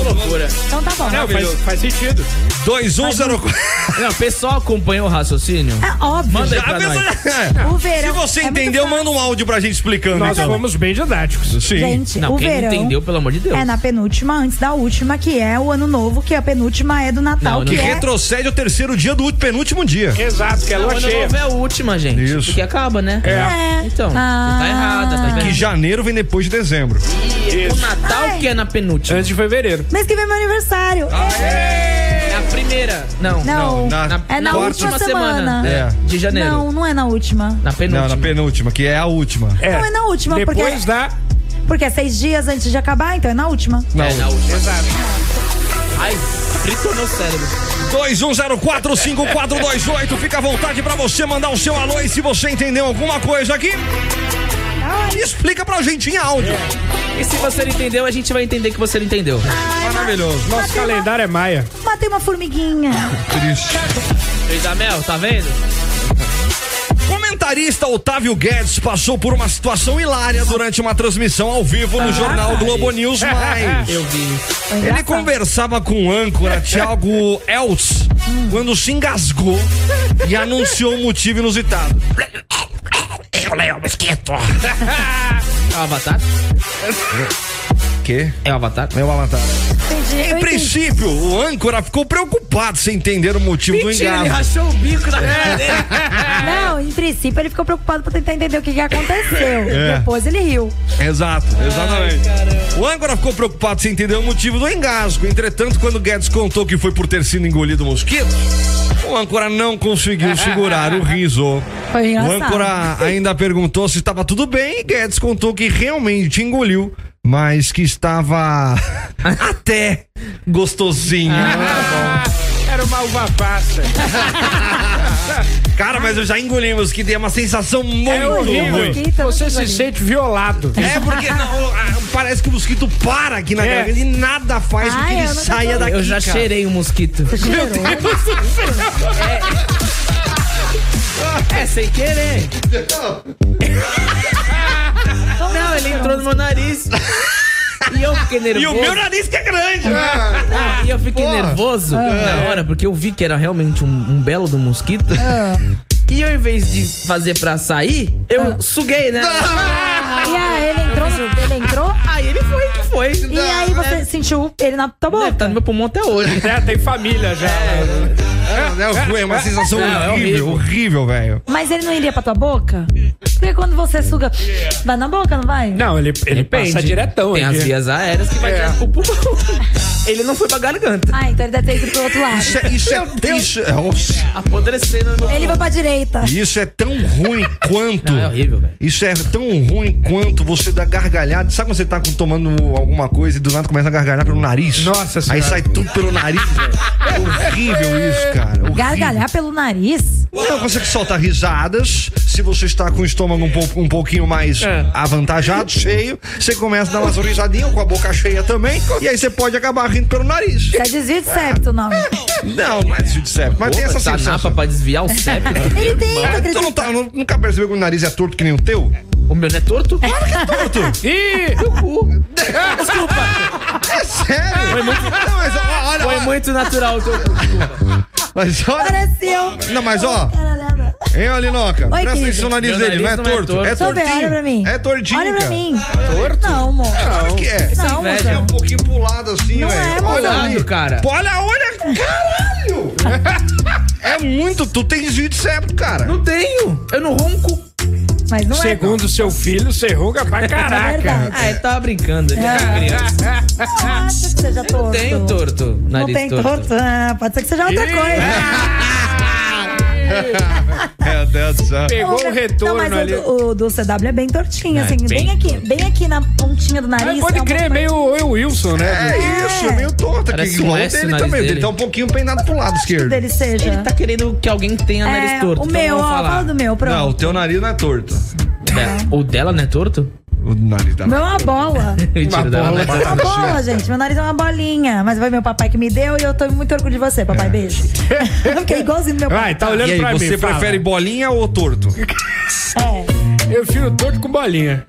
[SPEAKER 5] Então tá bom.
[SPEAKER 6] Não, faz, faz sentido.
[SPEAKER 2] 2104.
[SPEAKER 4] Não, o pessoal acompanhou o raciocínio?
[SPEAKER 5] É óbvio.
[SPEAKER 4] Manda aí
[SPEAKER 2] Já
[SPEAKER 4] pra nós.
[SPEAKER 2] pensou-
[SPEAKER 5] O
[SPEAKER 2] é, Se
[SPEAKER 5] verão.
[SPEAKER 2] você
[SPEAKER 5] é muito
[SPEAKER 2] entendeu,
[SPEAKER 5] fácil.
[SPEAKER 2] manda um áudio pra gente explicando.
[SPEAKER 6] Nós
[SPEAKER 2] então.
[SPEAKER 6] fomos bem didáticos.
[SPEAKER 2] Sim.
[SPEAKER 5] Gente,
[SPEAKER 4] Não,
[SPEAKER 5] o
[SPEAKER 4] quem não
[SPEAKER 5] verão.
[SPEAKER 4] entendeu, pelo amor de Deus.
[SPEAKER 5] É na penúltima, antes da última, que é o ano novo, que a penúltima é do Natal,
[SPEAKER 4] Não,
[SPEAKER 5] que
[SPEAKER 4] não.
[SPEAKER 5] é.
[SPEAKER 2] Retrocede ao terceiro dia do último- penúltimo dia.
[SPEAKER 6] Exato, que é
[SPEAKER 4] Não,
[SPEAKER 6] lua
[SPEAKER 4] ano
[SPEAKER 6] cheia.
[SPEAKER 4] novo é a última, gente.
[SPEAKER 2] Isso.
[SPEAKER 4] Porque acaba, né?
[SPEAKER 5] É.
[SPEAKER 4] Então,
[SPEAKER 5] Ah.
[SPEAKER 4] você tá errada, tá
[SPEAKER 2] Que
[SPEAKER 4] vendo?
[SPEAKER 2] janeiro vem depois de dezembro.
[SPEAKER 4] O Natal que é na penúltima.
[SPEAKER 6] Antes de fevereiro.
[SPEAKER 5] Mês que vem é meu aniversário.
[SPEAKER 4] Ah, É a primeira. Não.
[SPEAKER 5] Não.
[SPEAKER 2] na-
[SPEAKER 5] é na
[SPEAKER 2] quarta-
[SPEAKER 5] última semana.
[SPEAKER 2] É.
[SPEAKER 4] De janeiro.
[SPEAKER 5] Não, não é na última.
[SPEAKER 4] Na penúltima.
[SPEAKER 2] Não, na penúltima, que é a última.
[SPEAKER 6] É.
[SPEAKER 5] Não, é na última, porque-
[SPEAKER 6] Depois da.
[SPEAKER 5] Porque é seis dias antes de acabar, então é na última.
[SPEAKER 4] É, na última. Ai, fritou meu cérebro.
[SPEAKER 2] 21045428. Fica à vontade pra você mandar o seu alô e se você entendeu alguma coisa aqui. Explica pra gente em áudio.
[SPEAKER 4] E se você não entendeu, a gente vai entender que você não entendeu.
[SPEAKER 2] Maravilhoso.
[SPEAKER 6] Nosso calendário é maia.
[SPEAKER 5] Matei uma formiguinha.
[SPEAKER 2] Triste.
[SPEAKER 4] Fez a mel, tá vendo?
[SPEAKER 2] Comentarista Otávio Guedes passou por uma situação hilária durante uma transmissão ao vivo no jornal Globo News Mais.
[SPEAKER 4] Ah, Eu vi.
[SPEAKER 2] Ele conversava com o âncora Thiago Els quando se engasgou e anunciou um motivo inusitado.
[SPEAKER 7] Eu leio mosquito.
[SPEAKER 4] É o Avatar?
[SPEAKER 2] Que?
[SPEAKER 4] É o Avatar?
[SPEAKER 2] Meu avatar.
[SPEAKER 5] Entendi. eu
[SPEAKER 2] Em
[SPEAKER 5] entendi.
[SPEAKER 2] princípio, o âncora ficou preocupado sem entender o motivo do
[SPEAKER 4] Mentira, ele
[SPEAKER 2] engasgo.
[SPEAKER 4] rachou o bico da cara dele.
[SPEAKER 5] Não, em princípio ele ficou preocupado pra tentar entender o que, que aconteceu.
[SPEAKER 2] É.
[SPEAKER 5] Depois ele riu.
[SPEAKER 2] Exato, exatamente. o âncora ficou preocupado sem entender o motivo do engasgo. Entretanto, quando Guedes contou que foi por ter sido engolido mosquito, o âncora não conseguiu segurar o riso.
[SPEAKER 5] Foi
[SPEAKER 2] O
[SPEAKER 5] engraçado.
[SPEAKER 2] âncora ainda perguntou se estava tudo bem e Guedes contou que realmente engoliu, mas que estava até gostosinho.
[SPEAKER 6] Era uma uva passa.
[SPEAKER 2] Cara, mas eu já engoli mosquito e é uma sensação muito
[SPEAKER 6] horrível.
[SPEAKER 2] ruim.
[SPEAKER 5] Mosquito,
[SPEAKER 6] Você
[SPEAKER 5] tá muito
[SPEAKER 6] se
[SPEAKER 5] bonito.
[SPEAKER 6] sente violado.
[SPEAKER 2] É porque não, ah, parece que o mosquito para aqui na
[SPEAKER 6] É.
[SPEAKER 2] garganta e nada faz com
[SPEAKER 5] Ai,
[SPEAKER 2] que ele
[SPEAKER 5] eu não
[SPEAKER 2] saia daqui.
[SPEAKER 4] Eu já
[SPEAKER 2] cara.
[SPEAKER 4] cheirei o mosquito.
[SPEAKER 5] Cheirou.
[SPEAKER 4] É, sem querer. Não, ele entrou no meu nariz. E eu fiquei nervoso.
[SPEAKER 2] E o meu nariz que é grande.
[SPEAKER 4] Ah, E eu fiquei nervoso
[SPEAKER 5] Ah.
[SPEAKER 4] na hora, É, porque eu vi que era realmente um, um belo do mosquito. E eu, em vez de fazer pra sair, eu
[SPEAKER 5] Ah.
[SPEAKER 4] suguei, né?
[SPEAKER 5] E aí ele entrou, ele entrou.
[SPEAKER 4] Aí Ah, ele foi que foi.
[SPEAKER 5] E aí você sentiu ele na tua
[SPEAKER 4] Deve
[SPEAKER 5] boca.
[SPEAKER 4] tá no meu pulmão até hoje.
[SPEAKER 6] É, tem família já.
[SPEAKER 2] É, é uma sensação
[SPEAKER 4] Não, é
[SPEAKER 2] horrível,
[SPEAKER 4] horrível.
[SPEAKER 2] horrível, velho.
[SPEAKER 5] Mas ele não iria pra tua boca? Porque quando você suga. Vai na boca, não vai?
[SPEAKER 6] Não, ele, ele
[SPEAKER 4] Depende.
[SPEAKER 6] passa diretão
[SPEAKER 4] Tem
[SPEAKER 6] aqui.
[SPEAKER 4] as vias aéreas que vai direto pro pulmão. Ele não foi pra garganta.
[SPEAKER 5] Ah, então ele deve ter ido pro outro lado.
[SPEAKER 2] Isso é, isso é, isso é, nossa,
[SPEAKER 4] Apodrecendo no meu
[SPEAKER 5] Ele
[SPEAKER 4] pulmão.
[SPEAKER 5] vai pra direita.
[SPEAKER 2] isso é tão ruim quanto.
[SPEAKER 4] Não, é horrível, velho.
[SPEAKER 2] Isso é tão ruim quanto você dar gargalhada. Sabe quando você tá com- tomando alguma coisa e do nada começa a gargalhar pelo nariz?
[SPEAKER 6] Nossa
[SPEAKER 2] Aí
[SPEAKER 6] Senhora.
[SPEAKER 2] sai tudo pelo nariz, velho. É Horrível isso, cara. horrível.
[SPEAKER 5] Gargalhar pelo nariz?
[SPEAKER 2] Não, você que solta risadas. Se você está com o estômago um, pouco, um pouquinho mais avantajado, cheio, você começa a dar umas risadinhas com a boca cheia também. E aí você pode acabar rindo pelo nariz.
[SPEAKER 5] É desvio de septo, não.
[SPEAKER 2] Não, não é desvio de septo, mas tem essa
[SPEAKER 4] Essa Tá napa
[SPEAKER 2] sensação.
[SPEAKER 4] pra desviar o septo.
[SPEAKER 5] Ele tenta,
[SPEAKER 2] Tu
[SPEAKER 5] acredita?
[SPEAKER 2] não tá, nu- nunca percebeu que o nariz é torto que nem o teu?
[SPEAKER 4] O meu não é torto?
[SPEAKER 6] Ih,
[SPEAKER 2] É sério? Foi muito, não, mas, ó, olha,
[SPEAKER 4] Foi
[SPEAKER 2] ó,
[SPEAKER 4] muito natural. o teu-
[SPEAKER 2] mas olha.
[SPEAKER 5] Pareceu.
[SPEAKER 2] Não, mas ó,
[SPEAKER 5] Caralhada.
[SPEAKER 2] hein, Alinoca? Presta
[SPEAKER 5] querido.
[SPEAKER 2] atenção no nariz
[SPEAKER 4] Meu
[SPEAKER 2] dele, não é
[SPEAKER 4] nariz não é
[SPEAKER 2] torto.
[SPEAKER 4] torto.
[SPEAKER 2] É
[SPEAKER 5] Sobe, olha pra mim.
[SPEAKER 2] tortinho. É tortinho.
[SPEAKER 5] Olha pra
[SPEAKER 2] cara.
[SPEAKER 5] mim. Não, amor.
[SPEAKER 2] Claro que é.
[SPEAKER 5] Não,
[SPEAKER 4] velho.
[SPEAKER 2] É um
[SPEAKER 5] amor.
[SPEAKER 2] pouquinho pulado assim,
[SPEAKER 5] Não
[SPEAKER 2] velho.
[SPEAKER 5] é,
[SPEAKER 2] olha
[SPEAKER 4] mano.
[SPEAKER 2] ali.
[SPEAKER 4] Cara.
[SPEAKER 2] Pô, Olha, olha, caralho! é muito, tu tem desvio de septo, cara.
[SPEAKER 4] Não tenho. Eu não ronco.
[SPEAKER 5] Mas não é.
[SPEAKER 6] segundo seu filho, você ruga pra caraca.
[SPEAKER 5] verdade.
[SPEAKER 4] Ah, ele tava brincando. Ele era criança.
[SPEAKER 2] É.
[SPEAKER 5] Eu acho que seja torto.
[SPEAKER 4] Não tenho torto.
[SPEAKER 5] Não
[SPEAKER 4] Nariz
[SPEAKER 5] tem torto. Ah, pode ser que seja outra coisa.
[SPEAKER 2] Meu Deus do céu.
[SPEAKER 6] Pegou o
[SPEAKER 5] Não, mas
[SPEAKER 6] retorno
[SPEAKER 5] o
[SPEAKER 6] ali.
[SPEAKER 5] do- o, do CW é bem tortinho, assim.
[SPEAKER 4] bem-
[SPEAKER 5] Bem aqui, bem aqui na pontinha do nariz.
[SPEAKER 6] Mas
[SPEAKER 5] é
[SPEAKER 6] pode
[SPEAKER 5] um
[SPEAKER 6] crer,
[SPEAKER 5] pouco mais-
[SPEAKER 6] meio o Wilson, né?
[SPEAKER 2] É isso, é meio torto aqui.
[SPEAKER 4] Parece
[SPEAKER 2] Igual
[SPEAKER 4] um
[SPEAKER 2] o
[SPEAKER 4] S o
[SPEAKER 2] dele
[SPEAKER 4] nariz
[SPEAKER 2] também. O dele
[SPEAKER 4] dele.
[SPEAKER 2] tá um pouquinho peinado pro lado esquerdo.
[SPEAKER 5] dele seja.
[SPEAKER 4] Ele tá querendo que alguém tenha nariz
[SPEAKER 5] É,
[SPEAKER 4] torto.
[SPEAKER 5] o
[SPEAKER 4] então
[SPEAKER 5] meu,
[SPEAKER 4] vamos
[SPEAKER 5] ó,
[SPEAKER 4] falar.
[SPEAKER 5] fala do meu, pronto.
[SPEAKER 2] Não, o teu nariz não é torto.
[SPEAKER 4] É, O dela não é torto?
[SPEAKER 2] O nariz tá.
[SPEAKER 5] O meu é uma bola.
[SPEAKER 4] Mentira, o dela não é torto.
[SPEAKER 5] Uma bola, gente. Meu nariz é uma bolinha. Mas foi meu papai que me deu e eu tô muito orgulho de você, papai. Beijo. Eu Fiquei igualzinho do meu
[SPEAKER 6] Vai,
[SPEAKER 5] pai.
[SPEAKER 6] tá
[SPEAKER 2] E
[SPEAKER 6] olhando
[SPEAKER 2] aí,
[SPEAKER 6] pra mim.
[SPEAKER 2] você
[SPEAKER 6] fala.
[SPEAKER 2] prefere bolinha ou torto?
[SPEAKER 5] É.
[SPEAKER 6] Eu fio torto com bolinha.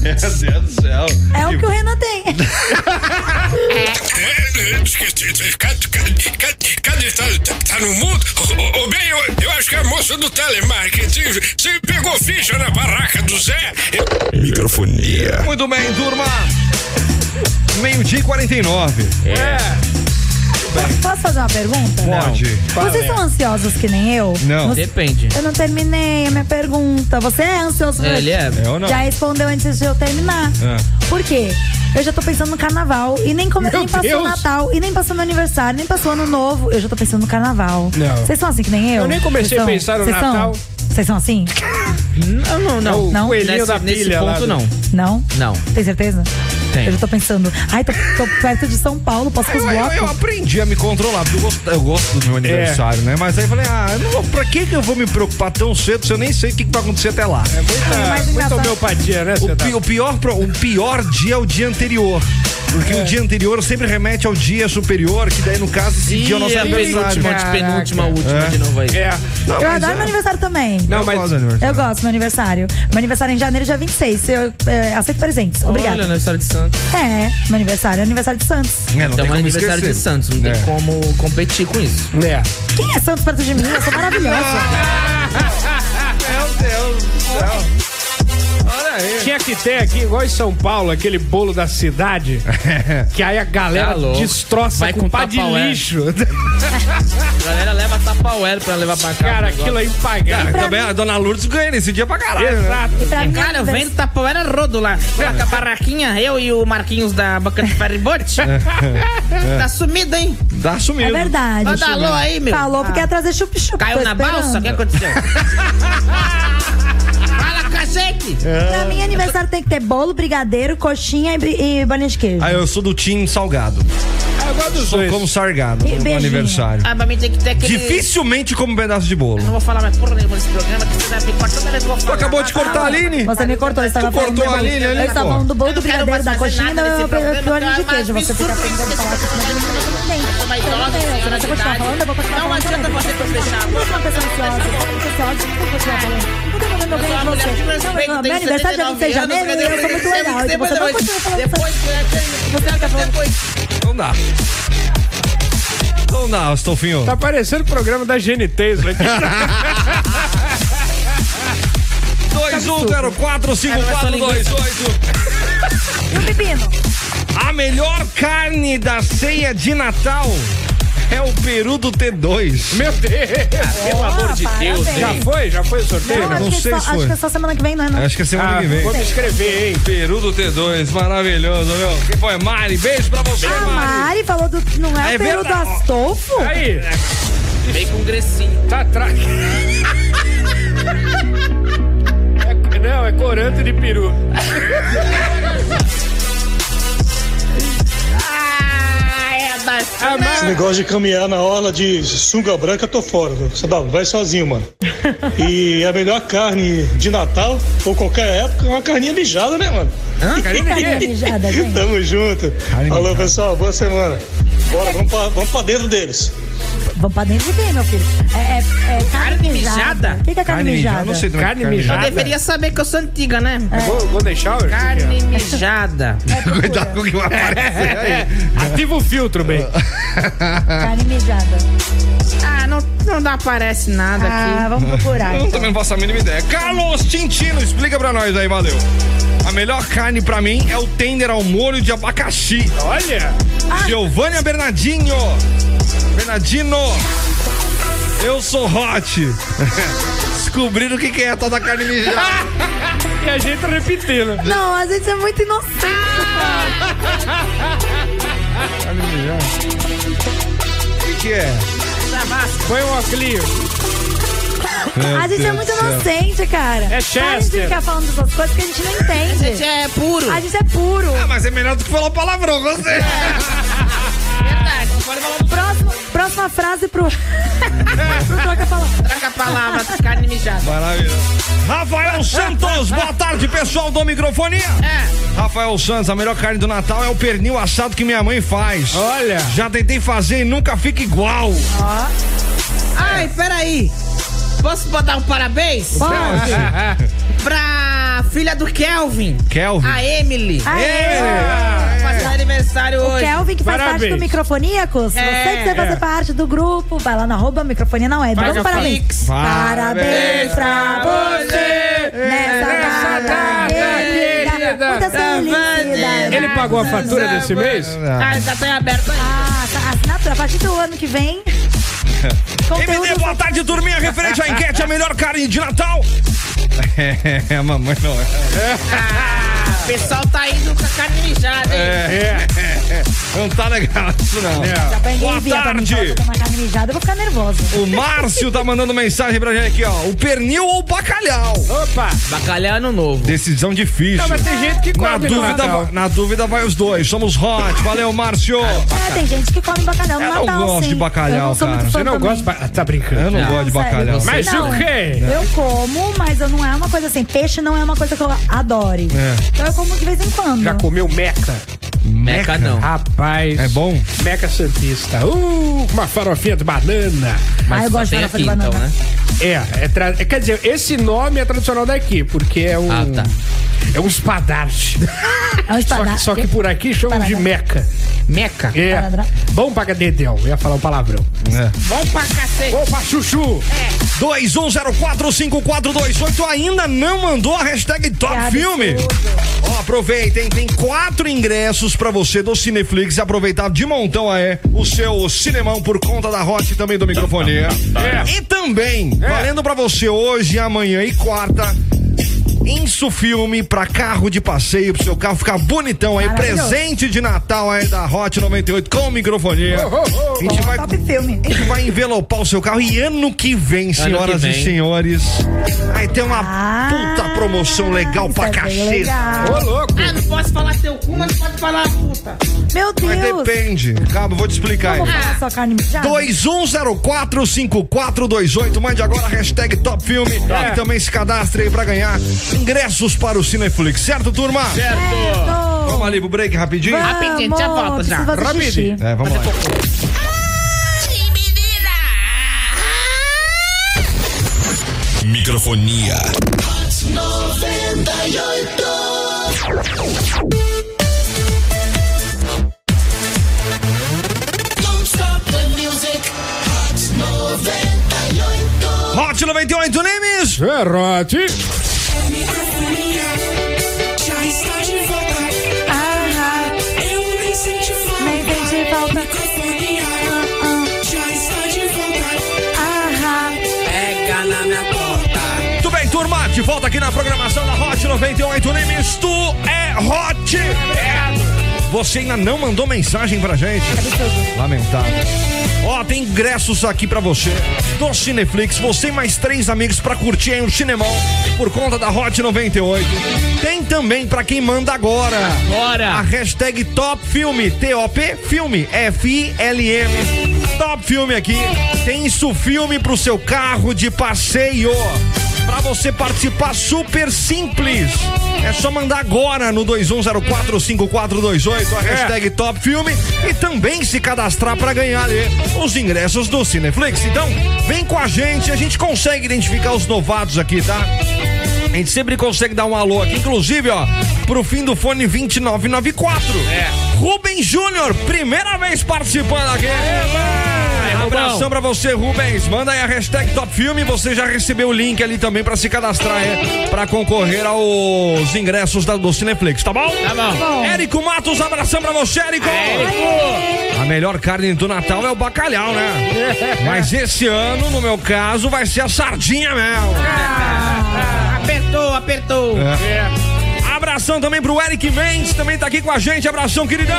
[SPEAKER 2] Meu Deus do céu.
[SPEAKER 5] É o que o Renan tem.
[SPEAKER 9] Cadê? Tá, tá, tá no mundo? Ô, ô, bem, eu, eu acho que a moça do telemarketing se pegou ficha na barraca do Zé.
[SPEAKER 8] Microfonia.
[SPEAKER 2] Muito bem, turma. Meio-dia e 49.
[SPEAKER 5] Posso fazer uma pergunta?
[SPEAKER 2] Pode.
[SPEAKER 5] Vocês são ansiosos que nem eu?
[SPEAKER 2] Não.
[SPEAKER 5] Você-
[SPEAKER 4] Depende.
[SPEAKER 5] Eu não terminei a minha pergunta. Você é ansioso?
[SPEAKER 4] É, ele é.
[SPEAKER 2] Eu não.
[SPEAKER 5] Já respondeu antes de eu terminar.
[SPEAKER 2] É.
[SPEAKER 5] Por quê? Eu já tô pensando no carnaval e nem, come...
[SPEAKER 6] Ah. Meu
[SPEAKER 5] nem passou o
[SPEAKER 6] Deus!
[SPEAKER 5] Natal, e nem passou meu aniversário, nem passou ano novo. Eu já tô pensando no carnaval.
[SPEAKER 6] Não.
[SPEAKER 5] Vocês são assim que nem eu?
[SPEAKER 6] Eu nem comecei
[SPEAKER 5] Vocês
[SPEAKER 6] a
[SPEAKER 5] são?
[SPEAKER 6] pensar no
[SPEAKER 5] Vocês são?
[SPEAKER 6] Natal.
[SPEAKER 5] Vocês são assim?
[SPEAKER 4] Não, não,
[SPEAKER 6] É o
[SPEAKER 4] não.
[SPEAKER 5] Não,
[SPEAKER 6] coelhinho
[SPEAKER 4] Nesse,
[SPEAKER 6] da
[SPEAKER 4] nesse
[SPEAKER 6] pilha lá.
[SPEAKER 4] ponto,
[SPEAKER 6] do-
[SPEAKER 4] não.
[SPEAKER 5] Não?
[SPEAKER 4] Não.
[SPEAKER 5] Tem certeza?
[SPEAKER 4] Tem.
[SPEAKER 5] Eu já tô pensando, ai, tô, tô perto de São Paulo, posso ir
[SPEAKER 2] Eu, eu-
[SPEAKER 5] os
[SPEAKER 2] eu
[SPEAKER 5] blocos?
[SPEAKER 2] aprendi a me controlar, porque eu gosto, eu gosto do meu aniversário, né? Mas aí eu falei, ah, eu não vou, pra que, que eu vou me preocupar tão cedo se eu nem sei o que, que vai acontecer até lá?
[SPEAKER 6] É muita, muita homeopatia, né,
[SPEAKER 2] O,
[SPEAKER 6] Sedá?
[SPEAKER 2] pi- o pior, pro- o pior dia é o dia anterior. Porque o dia anterior sempre remete ao dia superior, que daí, no caso, esse dia é o nosso
[SPEAKER 4] a
[SPEAKER 2] aniversário.
[SPEAKER 4] penúltima, de penúltima, última de novo aí.
[SPEAKER 6] É.
[SPEAKER 2] Não,
[SPEAKER 5] Eu
[SPEAKER 2] mas
[SPEAKER 5] adoro
[SPEAKER 2] é-
[SPEAKER 5] meu aniversário também.
[SPEAKER 6] Não,
[SPEAKER 2] eu
[SPEAKER 6] mas-
[SPEAKER 2] gosto do aniversário.
[SPEAKER 5] Eu gosto do meu aniversário. Meu aniversário é em janeiro, dia 26. Eu eh, aceito presentes.
[SPEAKER 4] Olha, né?
[SPEAKER 5] Obrigada.
[SPEAKER 4] aniversário de Santos.
[SPEAKER 5] É, meu aniversário é aniversário de Santos.
[SPEAKER 2] É, não
[SPEAKER 4] Então
[SPEAKER 2] tem
[SPEAKER 4] é
[SPEAKER 2] como
[SPEAKER 4] aniversário
[SPEAKER 2] esquecer.
[SPEAKER 4] de Santos, não
[SPEAKER 2] É.
[SPEAKER 4] tem como competir com isso.
[SPEAKER 6] É.
[SPEAKER 5] Quem é Santos perto de mim? Eu sou maravilhosa.
[SPEAKER 2] Meu Deus do céu. Olha aí.
[SPEAKER 6] Tinha que ter aqui, igual em São Paulo, aquele bolo da cidade, que aí a galera
[SPEAKER 4] Tá louco.
[SPEAKER 6] destroça
[SPEAKER 4] Vai
[SPEAKER 6] com,
[SPEAKER 4] com
[SPEAKER 6] pá de
[SPEAKER 4] tapaué. Tá
[SPEAKER 6] lixo.
[SPEAKER 4] A galera leva tapaué pra levar pra cá.
[SPEAKER 6] Cara,
[SPEAKER 4] o negócio.
[SPEAKER 6] aquilo é impagável.
[SPEAKER 2] Também a dona Lourdes ganha nesse dia pra caralho. né?
[SPEAKER 6] Exato.
[SPEAKER 5] Pra mim,
[SPEAKER 7] Cara, eu
[SPEAKER 5] aniversário-
[SPEAKER 7] venho do Tapoeira Rodo lá. Com a barraquinha, eu e o Marquinhos da Boca de Ferribote.
[SPEAKER 4] É,
[SPEAKER 7] tá sumido, hein?
[SPEAKER 2] Dá
[SPEAKER 5] É
[SPEAKER 2] sumido.
[SPEAKER 4] Tá
[SPEAKER 5] verdade.
[SPEAKER 7] Manda alô aí, meu.
[SPEAKER 5] Falou porque ia trazer chup-chup.
[SPEAKER 7] Caiu
[SPEAKER 5] Tô
[SPEAKER 7] na
[SPEAKER 5] esperando.
[SPEAKER 7] balsa? O que aconteceu? Fala, cacete!
[SPEAKER 4] É.
[SPEAKER 5] Pra mim, aniversário tem que ter bolo, brigadeiro, coxinha e, bri- e bolinha de queijo.
[SPEAKER 2] Aí Ah, eu sou do time salgado.
[SPEAKER 6] Eu gosto dos
[SPEAKER 2] Sou
[SPEAKER 6] dois.
[SPEAKER 2] como sargado
[SPEAKER 5] E
[SPEAKER 2] no
[SPEAKER 5] beijinho.
[SPEAKER 2] aniversário.
[SPEAKER 7] Ah, pra mim tem que ter aquele...
[SPEAKER 2] Dificilmente como um pedaço de bolo.
[SPEAKER 7] Não vou falar mais porra nenhuma nesse programa, que você me corta toda vez que eu vou
[SPEAKER 2] Tu
[SPEAKER 7] falar.
[SPEAKER 2] acabou de cortar a Aline?
[SPEAKER 5] Você me cortou, você estava falando.
[SPEAKER 2] cortou
[SPEAKER 5] do
[SPEAKER 2] a
[SPEAKER 5] bolo.
[SPEAKER 2] Aline,
[SPEAKER 5] Eu
[SPEAKER 2] Aline,
[SPEAKER 5] estava
[SPEAKER 2] pô.
[SPEAKER 5] falando do bolo, do
[SPEAKER 7] Eu não quero
[SPEAKER 5] brigadeiro,
[SPEAKER 7] mais
[SPEAKER 5] da
[SPEAKER 7] fazer
[SPEAKER 5] coxinha e
[SPEAKER 7] nada
[SPEAKER 5] da
[SPEAKER 7] nesse programa,
[SPEAKER 5] bolinha de
[SPEAKER 7] cara,
[SPEAKER 5] queijo.
[SPEAKER 7] mas
[SPEAKER 5] Você fica
[SPEAKER 7] é absurdo
[SPEAKER 5] aprendendo a falar que você não tem.
[SPEAKER 7] Eu sou uma
[SPEAKER 5] Se
[SPEAKER 7] idosa, senhora
[SPEAKER 5] você
[SPEAKER 7] de
[SPEAKER 5] continuar
[SPEAKER 7] idade.
[SPEAKER 5] falando, eu vou continuar
[SPEAKER 7] Não
[SPEAKER 5] falando.
[SPEAKER 7] adianta você
[SPEAKER 5] também.
[SPEAKER 7] fechar
[SPEAKER 5] Eu
[SPEAKER 7] a boca.
[SPEAKER 5] sou uma pessoa ansiosa, eu sou uma pessoa ótima, eu vou continuar falando. Não tem problema, eu
[SPEAKER 7] Eu sou
[SPEAKER 5] ganho de
[SPEAKER 7] uma mulher de
[SPEAKER 5] você.
[SPEAKER 7] respeito,
[SPEAKER 5] Não, Meu
[SPEAKER 7] tenho
[SPEAKER 5] aniversário já
[SPEAKER 7] 79
[SPEAKER 5] vem janeiro
[SPEAKER 7] anos,
[SPEAKER 5] e eu sou muito
[SPEAKER 7] depois-
[SPEAKER 5] legal. E
[SPEAKER 7] depois-
[SPEAKER 5] você não continua falando
[SPEAKER 7] Depois,
[SPEAKER 2] Não dá. Não dá, Astolfinho.
[SPEAKER 6] Tá parecendo o programa da GNT, isso aqui.
[SPEAKER 2] um,
[SPEAKER 5] é
[SPEAKER 2] 21045428.
[SPEAKER 5] E o pepino?
[SPEAKER 2] A melhor carne da ceia de Natal é o peru do T2.
[SPEAKER 6] Meu Deus.
[SPEAKER 4] Pelo amor de Deus,
[SPEAKER 6] Já
[SPEAKER 4] hein?
[SPEAKER 6] foi? Já foi o sorteio?
[SPEAKER 5] Não, acho
[SPEAKER 2] não
[SPEAKER 5] que
[SPEAKER 2] sei
[SPEAKER 5] só-
[SPEAKER 2] se foi.
[SPEAKER 5] acho que é só semana que vem, não é? não?
[SPEAKER 2] Acho que é semana
[SPEAKER 6] Ah,
[SPEAKER 2] que vem.
[SPEAKER 6] vou me inscrever, hein?
[SPEAKER 2] Peru do T2, maravilhoso, meu. Quem foi? Mari, beijo pra você,
[SPEAKER 5] A
[SPEAKER 2] Mari.
[SPEAKER 5] Ah, Mari falou do. Não é,
[SPEAKER 2] É
[SPEAKER 5] o peru do
[SPEAKER 2] verdade.
[SPEAKER 5] Astolfo?
[SPEAKER 6] Aí,
[SPEAKER 4] Vem com Grecinho.
[SPEAKER 6] tá atrás. É- não, é coranto de peru.
[SPEAKER 7] Ah, é da...
[SPEAKER 10] Esse negócio de caminhar na orla de sunga branca, eu tô fora. viu? Você dá, um, vai sozinho, mano. E é a melhor carne de Natal, ou qualquer época, é uma carninha mijada, né, mano?
[SPEAKER 5] Cadê a mijada, gente?
[SPEAKER 10] Tamo junto. Alô, pessoal, boa semana. Bora, vamos pra, vamos pra dentro deles.
[SPEAKER 5] Vamos pra dentro de quem, meu filho? É, é- é carne,
[SPEAKER 7] Carne
[SPEAKER 5] mijada?
[SPEAKER 7] mijada?
[SPEAKER 5] O que, que é carne, mijada?
[SPEAKER 2] Não sei do que é
[SPEAKER 6] Carne mijada.
[SPEAKER 7] Deveria saber que eu sou antiga, né?
[SPEAKER 6] Vou, vou deixar o.
[SPEAKER 7] Carne mijada.
[SPEAKER 2] Cuidado com o que vai aparecer aí.
[SPEAKER 6] É, Ativa o filtro, bem.
[SPEAKER 5] Carne mijada.
[SPEAKER 7] Ah, não, não dá, aparece nada
[SPEAKER 5] Ah,
[SPEAKER 7] aqui.
[SPEAKER 5] vamos procurar.
[SPEAKER 2] Eu também não faço a mínima ideia. Carlos Tintino, explica pra nós aí, valeu. A melhor carne pra mim é o tender ao molho de abacaxi.
[SPEAKER 6] Olha.
[SPEAKER 2] Ah. Giovânia Bernardinho. Bernardino. Eu sou hot. Descobriram o que que é a tal da carne mijada.
[SPEAKER 6] E a gente tá repetindo.
[SPEAKER 5] Não, a gente é muito inocente.
[SPEAKER 2] O que que é?
[SPEAKER 6] Foi um Clio.
[SPEAKER 5] a gente é muito inocente, cara.
[SPEAKER 6] É
[SPEAKER 5] Para de
[SPEAKER 6] Chester.
[SPEAKER 5] ficar falando dessas coisas que a gente não
[SPEAKER 7] A gente
[SPEAKER 5] entende.
[SPEAKER 7] é puro.
[SPEAKER 5] A gente é puro.
[SPEAKER 2] Ah, mas é melhor do que falar palavrão, você.
[SPEAKER 7] Verdade, não pode falar
[SPEAKER 5] Próximo- próxima frase pro. pro Troca falar.
[SPEAKER 7] com a palavra carne mijada.
[SPEAKER 2] Maravilhoso. Rafael Santos, boa tarde, pessoal do Microfonia.
[SPEAKER 7] É,
[SPEAKER 2] Rafael Santos, a melhor carne do Natal é o pernil assado que minha mãe faz.
[SPEAKER 6] Olha.
[SPEAKER 2] Já tentei fazer e nunca fica igual.
[SPEAKER 7] ai, peraí. Posso botar um parabéns? Pra filha do Kelvin.
[SPEAKER 2] Kelvin.
[SPEAKER 7] A Emily.
[SPEAKER 5] Aê!
[SPEAKER 7] Fazendo aniversário hoje.
[SPEAKER 5] Kelvin, que faz parte
[SPEAKER 6] Parabéns.
[SPEAKER 5] do Microfoníacos.
[SPEAKER 7] É.
[SPEAKER 5] Você que quer fazer parte do grupo, vai lá na arroba microfonia na web.
[SPEAKER 7] Faz
[SPEAKER 5] Vamos
[SPEAKER 7] a
[SPEAKER 5] um parabéns.
[SPEAKER 7] Pix.
[SPEAKER 5] Parabéns pra você nessa data querida. Muitas felicidades.
[SPEAKER 6] Ele pagou a fatura desse mês?
[SPEAKER 7] Ah, já tá em aberto aí.
[SPEAKER 5] Ah, tá, assinatura. A partir do ano que vem.
[SPEAKER 2] MD,
[SPEAKER 5] Conteúdo.
[SPEAKER 2] boa tarde, turminha. Referente à enquete, a melhor carne de Natal. É, a mamãe não é.
[SPEAKER 7] O pessoal tá indo com a carne mijada, hein?
[SPEAKER 2] É, é, é. Não tá legal isso, não.
[SPEAKER 6] É.
[SPEAKER 5] Já peguei
[SPEAKER 2] Boa
[SPEAKER 5] envia pra mim,
[SPEAKER 2] tarde.
[SPEAKER 5] fala que eu tô com uma carne mijada, eu vou ficar nervosa.
[SPEAKER 2] O Márcio tá mandando mensagem pra gente aqui, ó. O pernil ou o bacalhau?
[SPEAKER 6] Opa!
[SPEAKER 4] Bacalhau é ano novo.
[SPEAKER 2] Decisão difícil.
[SPEAKER 6] Não, mas tem né? Tá gente que
[SPEAKER 2] Na
[SPEAKER 6] come no
[SPEAKER 2] dúvida,
[SPEAKER 6] Natal.
[SPEAKER 2] vai, na dúvida vai os dois. Somos hot. Valeu, Márcio.
[SPEAKER 5] É, tem gente que come bacalhau no
[SPEAKER 2] Eu não
[SPEAKER 5] Natal,
[SPEAKER 2] gosto
[SPEAKER 5] sim.
[SPEAKER 2] de bacalhau,
[SPEAKER 5] Eu não sou
[SPEAKER 2] cara.
[SPEAKER 5] muito fã
[SPEAKER 6] Você não
[SPEAKER 5] também.
[SPEAKER 6] gosta de ba- Tá brincando.
[SPEAKER 2] Eu não
[SPEAKER 5] Não,
[SPEAKER 2] gosto de
[SPEAKER 5] sério,
[SPEAKER 2] bacalhau.
[SPEAKER 5] eu
[SPEAKER 6] Mas
[SPEAKER 5] não,
[SPEAKER 6] o quê?
[SPEAKER 5] Eu como, mas eu não é uma coisa assim. Peixe não é uma coisa que eu adore.
[SPEAKER 2] É.
[SPEAKER 5] Então eu como de vez em quando.
[SPEAKER 6] Já comeu meca?
[SPEAKER 4] Meca não.
[SPEAKER 6] Rapaz.
[SPEAKER 2] É bom?
[SPEAKER 6] Meca Santista. Uh, uma farofinha de banana.
[SPEAKER 5] ah, eu
[SPEAKER 4] só
[SPEAKER 5] gosto de farofa
[SPEAKER 4] tem
[SPEAKER 5] de
[SPEAKER 4] aqui,
[SPEAKER 5] banana.
[SPEAKER 4] então, né?
[SPEAKER 6] É, é tra- é, quer dizer, esse nome é tradicional daqui, porque é um.
[SPEAKER 4] Ah, tá.
[SPEAKER 6] É um espadarche.
[SPEAKER 5] É um
[SPEAKER 6] Só, que-
[SPEAKER 5] espadar.
[SPEAKER 6] só que por aqui chamam de meca.
[SPEAKER 4] Meca.
[SPEAKER 6] É.
[SPEAKER 5] Espadra-
[SPEAKER 6] Bom pra dedéu, eu ia falar um palavrão.
[SPEAKER 7] Bom
[SPEAKER 6] É.
[SPEAKER 7] pra cacete.
[SPEAKER 6] Bom pra chuchu.
[SPEAKER 2] 21045428 ainda não mandou a hashtag Top
[SPEAKER 5] Que
[SPEAKER 2] Filme. Ó, aproveitem, tem quatro ingressos pra você do Cineflix e aproveitar de montão é o seu cinemão por conta da Hot e também do microfone. É. E também, valendo pra você hoje, amanhã e quarta. Inso filme pra carro de passeio, pro seu carro ficar bonitão aí.
[SPEAKER 5] Maravilhoso.
[SPEAKER 2] Presente de Natal aí da Hot 98 com microfonia. A gente vai
[SPEAKER 5] Top filme.
[SPEAKER 2] a gente vai envelopar o seu carro e ano que vem, senhoras
[SPEAKER 4] vem.
[SPEAKER 2] e senhores, vai ter uma
[SPEAKER 5] Ah,
[SPEAKER 2] puta promoção legal pra
[SPEAKER 5] isso é bem
[SPEAKER 2] cacete.
[SPEAKER 5] legal.
[SPEAKER 6] Ô, louco.
[SPEAKER 7] Ah, não posso falar teu cu, mas pode falar puta.
[SPEAKER 5] Meu
[SPEAKER 2] Mas
[SPEAKER 5] Deus.
[SPEAKER 2] depende. Calma, eu vou te explicar.
[SPEAKER 5] Vou
[SPEAKER 2] aí.
[SPEAKER 5] falar só carne mijada?
[SPEAKER 2] 21045428. Mande agora a hashtag Top Filme e também se cadastre aí pra ganhar ingressos para o Cineflix, certo, turma?
[SPEAKER 5] Certo.
[SPEAKER 2] Vamos ali pro break rapidinho?
[SPEAKER 7] Rapidinho, Tá já volta,
[SPEAKER 5] Vamos,
[SPEAKER 7] já.
[SPEAKER 5] preciso fazer
[SPEAKER 6] Rapidinho.
[SPEAKER 5] xixi.
[SPEAKER 2] É, vamos lá.
[SPEAKER 3] Ai, menina!
[SPEAKER 9] Microfonia.
[SPEAKER 2] Hot 98 Nimes!
[SPEAKER 6] Ferrote.
[SPEAKER 3] Já está de volta. Eu nem senti falta.
[SPEAKER 5] Nem senti falta. Ah,
[SPEAKER 3] Microfonia. Já está de volta. Pega na minha porta.
[SPEAKER 2] Tudo bem, turma? De volta aqui na programação da Hot 98 Nimes. Tu é Hot! Você ainda não mandou mensagem pra gente. Lamentável. Ó, tem ingressos aqui pra você. Do Cineflix, você e mais três amigos pra curtir aí um cinemão por conta da Hot 98. Tem também pra quem manda agora. A
[SPEAKER 4] Bora.
[SPEAKER 2] hashtag Top Filme, T-O-P Filme, F-I-L-M. Top Filme aqui. Tem isso filme pro seu carro de passeio. Pra você participar, super simples. É só mandar agora no 21045428 a hashtag Top Filme e também se cadastrar pra ganhar ali os ingressos do Cineflix. Então, vem com a gente, a gente consegue identificar os novatos aqui, tá? A gente sempre consegue dar um alô aqui, inclusive, ó, pro fim do fone 2994. É. Rubens Júnior, primeira vez participando aqui. Abração pra você, Rubens. Manda aí a hashtag Top Filme. Você já recebeu o link ali também pra se cadastrar, é? Pra concorrer aos ingressos da, do Cineflix, tá bom?
[SPEAKER 4] Tá bom.
[SPEAKER 2] Érico Matos, abração pra você, Érico! A melhor carne do Natal é o bacalhau, né? Mas esse ano, no meu caso, vai ser a sardinha mesmo.
[SPEAKER 7] Apertou, apertou.
[SPEAKER 2] Abração também pro Eric Mendes, também tá aqui com a gente. Abração, queridão.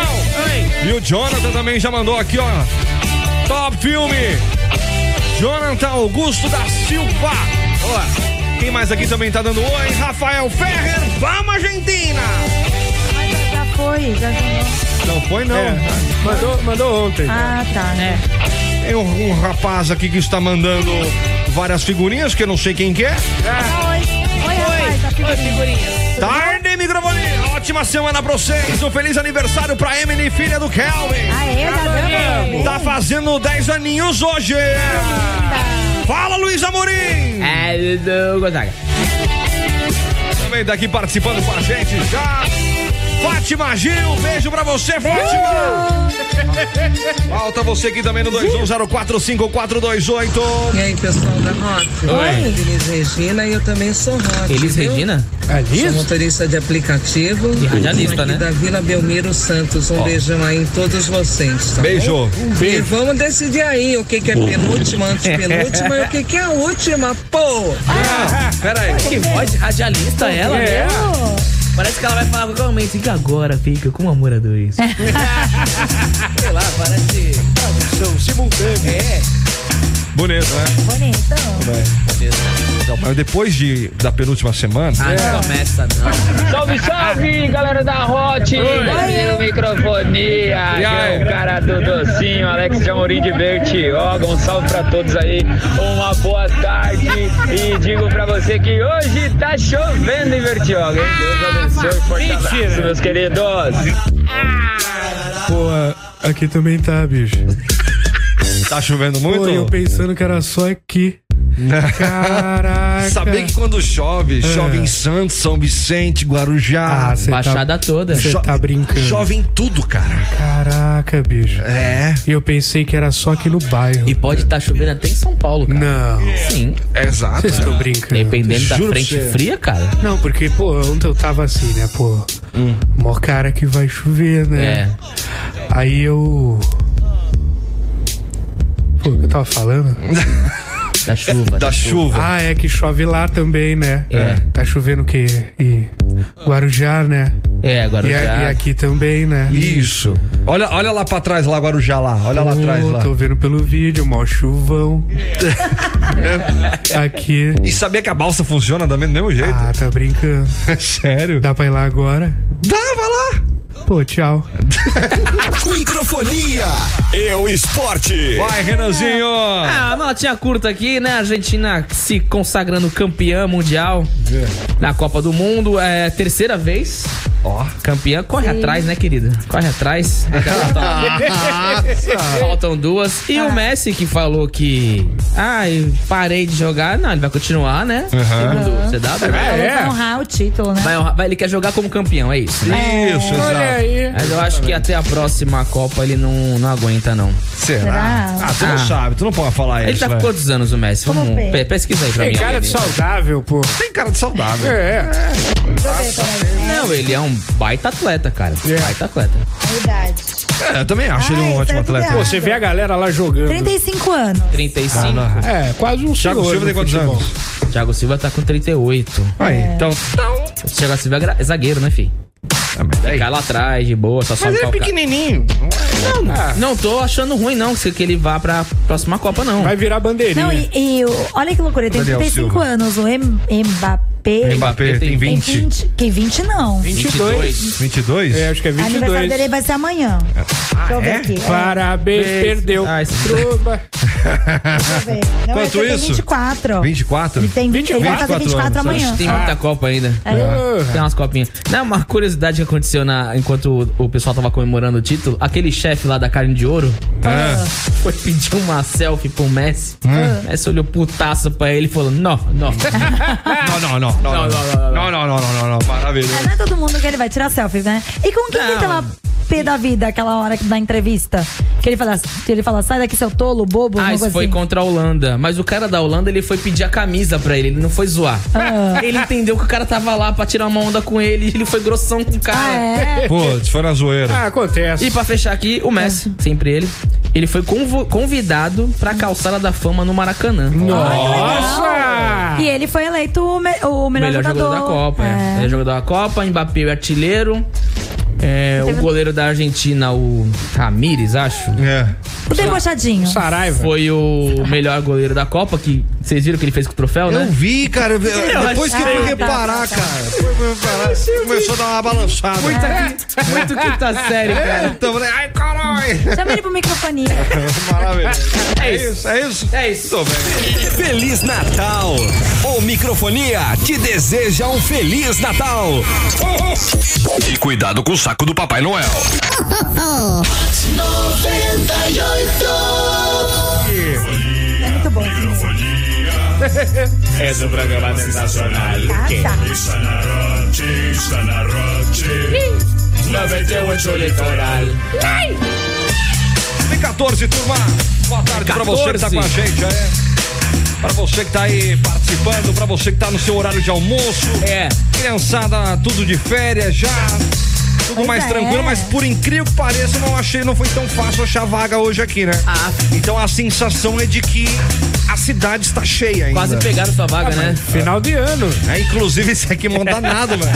[SPEAKER 2] E o Jonathan também já mandou aqui, ó. Top filme. Jonathan Augusto da Silva. Ó, quem mais aqui também tá dando oi? Rafael Ferrer. Vamos, Argentina.
[SPEAKER 5] Mas já foi, já foi.
[SPEAKER 2] Não foi, não.
[SPEAKER 6] Mandou, mandou ontem.
[SPEAKER 5] Ah, tá.
[SPEAKER 2] Tem um, um rapaz aqui que está mandando várias figurinhas, que eu não sei quem que é.
[SPEAKER 5] Ah, Oi. Oi, rapaz, tá
[SPEAKER 7] Oi,
[SPEAKER 5] figurinha.
[SPEAKER 7] figurinha.
[SPEAKER 2] Tarde, microfonia. Ótima semana pra vocês. Um feliz aniversário pra Emily, filha do Kelvin.
[SPEAKER 5] Aê, Gabriel.
[SPEAKER 2] Tá fazendo 10 aninhos hoje! Fala, Luiz Amorim!
[SPEAKER 4] É, do Gonzaga.
[SPEAKER 2] Também daqui participando com a gente já. Fátima Gil, beijo pra você, Fátima!
[SPEAKER 5] Uh!
[SPEAKER 2] Falta você aqui também no 21045428.
[SPEAKER 11] E aí, pessoal da Rota?
[SPEAKER 5] Oi.
[SPEAKER 11] Elis Regina e eu também sou Rota.
[SPEAKER 4] Elis
[SPEAKER 11] viu?
[SPEAKER 4] Regina?
[SPEAKER 6] É
[SPEAKER 11] Sou
[SPEAKER 6] Alice?
[SPEAKER 11] motorista de aplicativo.
[SPEAKER 4] E radialista,
[SPEAKER 11] aqui
[SPEAKER 4] né?
[SPEAKER 11] Da Vila Belmiro Santos. Um beijão aí em todos vocês. Tá bom?
[SPEAKER 2] Beijo!
[SPEAKER 11] E vamos decidir aí o que, que é penúltima, antepenúltima e o que, que é a última, pô!
[SPEAKER 2] Peraí.
[SPEAKER 4] é Que voz de radialista ela, né?
[SPEAKER 6] É.
[SPEAKER 4] Parece que ela vai falar com alguma assim, que agora fica com amor a dois.
[SPEAKER 12] Sei lá, parece.
[SPEAKER 2] Tradução simultânea.
[SPEAKER 12] É.
[SPEAKER 2] Bonito, né? Bonito. Mas depois de, da penúltima semana.
[SPEAKER 6] É.
[SPEAKER 12] Ah, não começa não.
[SPEAKER 3] Salve, salve, galera da Hot! Brasil Microfonia!
[SPEAKER 12] E aí?
[SPEAKER 3] Aqui é o cara do docinho, Alex de Amorim de Bertioga. Um salve pra todos aí, uma boa tarde. E digo pra você que hoje tá chovendo em Bertioga, hein? Deus abençoe, forte abraço, meus queridos!
[SPEAKER 6] Pô, aqui também tá, bicho.
[SPEAKER 2] Tá chovendo
[SPEAKER 4] um
[SPEAKER 6] Pô,
[SPEAKER 2] muito?
[SPEAKER 6] eu pensando que era só aqui. Caraca.
[SPEAKER 2] Saber que quando chove,
[SPEAKER 6] É.
[SPEAKER 2] chove em Santos, São Vicente, Guarujá,
[SPEAKER 6] Ah, cê tá- Você
[SPEAKER 2] Cho-
[SPEAKER 6] tá brincando.
[SPEAKER 2] Chove em tudo, cara.
[SPEAKER 6] Caraca, bicho.
[SPEAKER 2] É.
[SPEAKER 6] E eu pensei que era só aqui no bairro. E
[SPEAKER 4] pode estar chovendo até em São Paulo,
[SPEAKER 6] cara. Não.
[SPEAKER 4] Sim.
[SPEAKER 2] Exato.
[SPEAKER 6] Vocês estão brincando.
[SPEAKER 4] Dependendo da
[SPEAKER 6] Juro pra
[SPEAKER 4] frente
[SPEAKER 6] você.
[SPEAKER 4] fria, cara.
[SPEAKER 6] Não, porque, pô, ontem eu tava assim, né, pô.
[SPEAKER 2] Hum.
[SPEAKER 6] Mó cara que vai chover,
[SPEAKER 2] É.
[SPEAKER 4] É,
[SPEAKER 6] né? Aí eu. Pô, o que eu tava falando?
[SPEAKER 2] Hum.
[SPEAKER 4] Da chuva.
[SPEAKER 2] Da da chuva. chuva.
[SPEAKER 6] Ah, é que chove lá também, né?
[SPEAKER 2] É.
[SPEAKER 6] Tá chovendo o quê? E Guarujá, né?
[SPEAKER 4] É,
[SPEAKER 6] E, a- e aqui também, né?
[SPEAKER 2] Isso. Olha, olha lá pra trás, lá, Guarujá, lá. Olha lá
[SPEAKER 6] Pô,
[SPEAKER 2] atrás, lá.
[SPEAKER 6] Tô vendo pelo vídeo, mó chuvão. Aqui.
[SPEAKER 2] E sabia que a balsa funciona também do mesmo jeito?
[SPEAKER 6] Ah, tá brincando.
[SPEAKER 2] Sério?
[SPEAKER 6] Dá pra ir lá agora?
[SPEAKER 2] Dá, vai
[SPEAKER 6] lá! Pô, tchau.
[SPEAKER 13] Microfonia. Eu Esporte.
[SPEAKER 2] Vai, Renanzinho.
[SPEAKER 4] Ah, uma notinha curta aqui, né? A Argentina se consagrando campeã mundial na Copa do Mundo. É terceira vez.
[SPEAKER 2] Ó.
[SPEAKER 4] Campeã, corre
[SPEAKER 12] Sim.
[SPEAKER 4] atrás, né, querida? Corre atrás. Faltam duas. E
[SPEAKER 2] Ah.
[SPEAKER 4] o Messi que falou que. Ah, eu parei de jogar. Não, ele vai continuar, né? Segundo o CW.
[SPEAKER 6] É
[SPEAKER 5] Vai honrar o título, né?
[SPEAKER 4] Vai honrar- vai- ele quer jogar como campeão, é isso.
[SPEAKER 5] É. Isso, exato. Olha aí.
[SPEAKER 4] Mas eu acho que até a próxima Copa ele não, não aguenta, não.
[SPEAKER 2] Será? Ah, tu não sabe, tu não pode falar
[SPEAKER 4] Ele
[SPEAKER 2] isso,
[SPEAKER 4] tá com
[SPEAKER 2] né?
[SPEAKER 4] quantos anos o Messi?
[SPEAKER 2] Vamos
[SPEAKER 4] Vamos,
[SPEAKER 2] ver.
[SPEAKER 4] pe- pesquisa aí pra
[SPEAKER 6] Tem
[SPEAKER 4] mim.
[SPEAKER 6] cara de saudável, pô.
[SPEAKER 2] Tem cara de saudável.
[SPEAKER 6] É.
[SPEAKER 4] Não, ele é um baita atleta, cara. Baita atleta.
[SPEAKER 5] Verdade.
[SPEAKER 2] É, eu também acho
[SPEAKER 6] Ah,
[SPEAKER 2] ele um ótimo atleta.
[SPEAKER 6] Pô, você vê a galera lá jogando.
[SPEAKER 5] 35 anos.
[SPEAKER 4] 35.
[SPEAKER 2] Ah,
[SPEAKER 6] É, quase um
[SPEAKER 4] Thiago
[SPEAKER 6] senhor
[SPEAKER 4] Silva tem
[SPEAKER 6] no
[SPEAKER 4] quantos
[SPEAKER 6] futebol.
[SPEAKER 4] anos? Thiago Silva tá com 38.
[SPEAKER 2] Aí, então.
[SPEAKER 4] O Thiago Silva é gra- é zagueiro, né, fi? Ficar lá atrás, de boa, só sobe
[SPEAKER 2] Ah, Mas ele é
[SPEAKER 4] pra o ca-
[SPEAKER 2] pequenininho. Ah.
[SPEAKER 4] Não, não tô achando ruim, não, que que ele vá pra próxima Copa, não.
[SPEAKER 6] Vai virar bandeirinha.
[SPEAKER 5] Não, e, e o- olha que loucura, ele tem
[SPEAKER 4] Daniel
[SPEAKER 5] 35
[SPEAKER 4] Silva.
[SPEAKER 5] anos. O Em- Mbappé.
[SPEAKER 2] Mbappé tem 20.
[SPEAKER 5] Tem 20. Que 20 não.
[SPEAKER 2] 22? É,
[SPEAKER 6] acho que é
[SPEAKER 5] Aniversário dele vai ser amanhã. Deixa eu ver aqui. É.
[SPEAKER 6] Parabéns, perdeu.
[SPEAKER 4] Ah, esse-
[SPEAKER 5] Não, é
[SPEAKER 2] Quanto
[SPEAKER 5] ele tem
[SPEAKER 2] isso?
[SPEAKER 5] 24.
[SPEAKER 2] 24?
[SPEAKER 5] Ele tem 20, ele vai fazer 24 amanhã.
[SPEAKER 4] Tem muita Copa ainda.
[SPEAKER 5] É.
[SPEAKER 4] Tem umas copinhas. Não, uma curiosidade que aconteceu na, enquanto o, o pessoal tava comemorando o título, aquele chefe lá da carne de ouro
[SPEAKER 5] É.
[SPEAKER 2] Ah.
[SPEAKER 4] foi pedir uma selfie pro Messi.
[SPEAKER 2] Ah.
[SPEAKER 4] O Messi olhou putaça pra ele e falou: Não, não.
[SPEAKER 2] Não, Ah, não, não. Não, não, não, não, não, não, não, não.
[SPEAKER 5] Mas
[SPEAKER 2] Maravilhoso.
[SPEAKER 5] não é todo mundo que ele vai tirar selfie, né? E com quem que ele tava pé da vida aquela hora da entrevista? Que ele fala, que ele fala sai daqui seu tolo, bobo,
[SPEAKER 4] Ah,
[SPEAKER 5] algo
[SPEAKER 4] isso
[SPEAKER 5] assim.
[SPEAKER 4] foi contra a Holanda. Mas o cara da Holanda, ele foi pedir a camisa pra ele, ele não foi zoar.
[SPEAKER 5] Ah.
[SPEAKER 4] Ele entendeu que o cara tava lá pra tirar uma onda com ele, ele foi grossão com o cara.
[SPEAKER 5] Ah, é.
[SPEAKER 2] Pô, se for na zoeira.
[SPEAKER 6] Ah, acontece.
[SPEAKER 4] E pra fechar aqui, o Messi,
[SPEAKER 5] É.
[SPEAKER 4] sempre ele. Ele foi convo- convidado pra calçada da fama no Maracanã.
[SPEAKER 5] é
[SPEAKER 6] Ah,
[SPEAKER 5] E ele foi eleito o, me- o melhor,
[SPEAKER 4] Melhor
[SPEAKER 5] jogador.
[SPEAKER 4] jogador da Copa, é. Melhor jogador da Copa, Mbappé o artilheiro. É, o goleiro da Argentina, o Ramires, acho.
[SPEAKER 2] É.
[SPEAKER 5] O debochadinho.
[SPEAKER 6] Saraiva.
[SPEAKER 4] Foi o melhor goleiro da Copa, que vocês viram que ele fez com o troféu, né?
[SPEAKER 2] Eu vi, cara. eu vi-
[SPEAKER 4] Eu
[SPEAKER 2] Depois que eu
[SPEAKER 4] achei-
[SPEAKER 2] fui
[SPEAKER 4] Ah, tá,
[SPEAKER 2] reparar,
[SPEAKER 4] tá, tá.
[SPEAKER 2] cara. foi- foi reparar, Começou a dar uma balançada.
[SPEAKER 4] Muito aqui- muito quinta série, cara.
[SPEAKER 2] Então, eu falei, ai, caralho.
[SPEAKER 5] Chama ele pro microfone.
[SPEAKER 2] Maravilhoso.
[SPEAKER 4] É
[SPEAKER 2] isso, é isso.
[SPEAKER 4] É isso.
[SPEAKER 2] Tô bem.
[SPEAKER 13] Feliz Natal. O Microfonia te deseja um Feliz Natal.
[SPEAKER 14] E cuidado com o saco do Papai Noel.
[SPEAKER 5] É muito bom.
[SPEAKER 9] Es un É programa sensacional.
[SPEAKER 5] Ah, tá.
[SPEAKER 9] que Está na Rote, está na Rote. 98 Litoral.
[SPEAKER 2] Tem 14, turma. Boa tarde pra você que tá com a
[SPEAKER 9] 14.
[SPEAKER 2] gente, é. Pra você que tá aí participando, pra você que tá no seu horário de almoço.
[SPEAKER 4] É.
[SPEAKER 2] Criançada, tudo de férias já. tudo
[SPEAKER 15] Pois
[SPEAKER 2] mais
[SPEAKER 15] é.
[SPEAKER 2] tranquilo, mas por incrível que pareça, eu não achei, não foi tão fácil achar vaga hoje aqui, né?
[SPEAKER 4] Ah.
[SPEAKER 2] Então a sensação é de que a cidade está cheia ainda.
[SPEAKER 4] Quase pegaram sua vaga, né?
[SPEAKER 2] Final de ano. É, inclusive, isso aqui não dá nada, velho.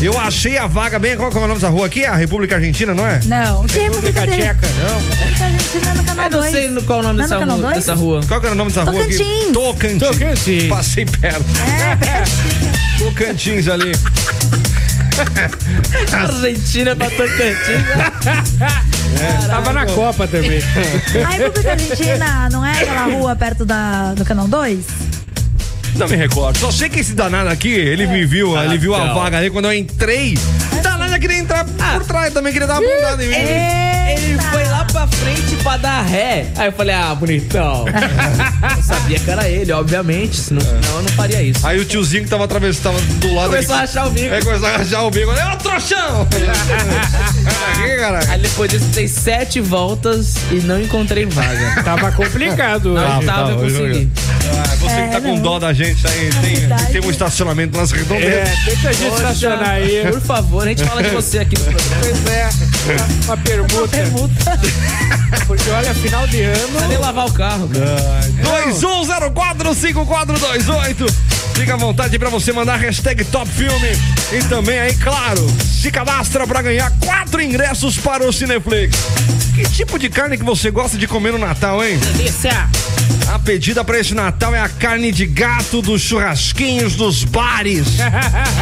[SPEAKER 2] Eu achei a vaga bem. Qual que é o nome dessa rua aqui? A República Argentina, não é?
[SPEAKER 5] Não, que
[SPEAKER 2] República
[SPEAKER 5] música dele?
[SPEAKER 2] Tcheca, não.
[SPEAKER 5] Música argentina no canal
[SPEAKER 4] Eu não
[SPEAKER 5] 2.
[SPEAKER 4] sei no- qual o nome
[SPEAKER 5] Não é no
[SPEAKER 4] dessa
[SPEAKER 5] Canal
[SPEAKER 4] rua-
[SPEAKER 5] 2?
[SPEAKER 4] dessa rua.
[SPEAKER 2] Qual que era o nome dessa rua aqui?
[SPEAKER 5] Tocantins.
[SPEAKER 2] Tocantins.
[SPEAKER 6] Tá
[SPEAKER 2] Passei perto. Tocantins ali.
[SPEAKER 4] Tá. Argentina pra Tocantins.
[SPEAKER 6] Tava na Copa também.
[SPEAKER 5] A República Argentina não é aquela rua perto da, do canal 2?
[SPEAKER 2] Não me recordo. Só sei que esse danado aqui, ele me viu, ele viu a
[SPEAKER 15] não.
[SPEAKER 2] vaga ali quando eu entrei. Danado queria entrar por trás também, queria dar uma bundada em mim.
[SPEAKER 5] É.
[SPEAKER 4] Ele, ele foi lá pra frente pra dar ré. Aí eu falei, ah, bonitão. eu sabia que era ele, obviamente, senão senão eu não faria isso.
[SPEAKER 2] Aí o tiozinho que tava atravessado, tava do lado
[SPEAKER 4] Começou a rachar o bico.
[SPEAKER 2] Aí começou a rachar o bico. Olha, ô trouxão!
[SPEAKER 4] Aí depois disso, dei sete voltas e não encontrei vaga.
[SPEAKER 6] Tava complicado.
[SPEAKER 4] Na
[SPEAKER 2] Tava,
[SPEAKER 4] oitava eu
[SPEAKER 2] tava,
[SPEAKER 4] consegui.
[SPEAKER 2] Ah, você que tá com dó da gente aí, tem, tem um estacionamento nas redondezas.
[SPEAKER 6] É, deixa a gente
[SPEAKER 4] Poxa,
[SPEAKER 6] estacionar aí.
[SPEAKER 4] Por favor, a gente fala de você aqui no programa.
[SPEAKER 6] Pois é, uma- uma permuta. Porque olha, final de ano.
[SPEAKER 4] Precisa nem lavar o carro, cara.
[SPEAKER 2] 21045428. Fica à vontade pra você mandar hashtag Top Filme. E também aí, claro, se cadastra pra ganhar quatro ingressos para o Cineflix. Que tipo de carne que você gosta de comer no Natal, hein?
[SPEAKER 7] Delícia.
[SPEAKER 2] A pedida pra esse Natal é a carne de gato dos churrasquinhos dos bares.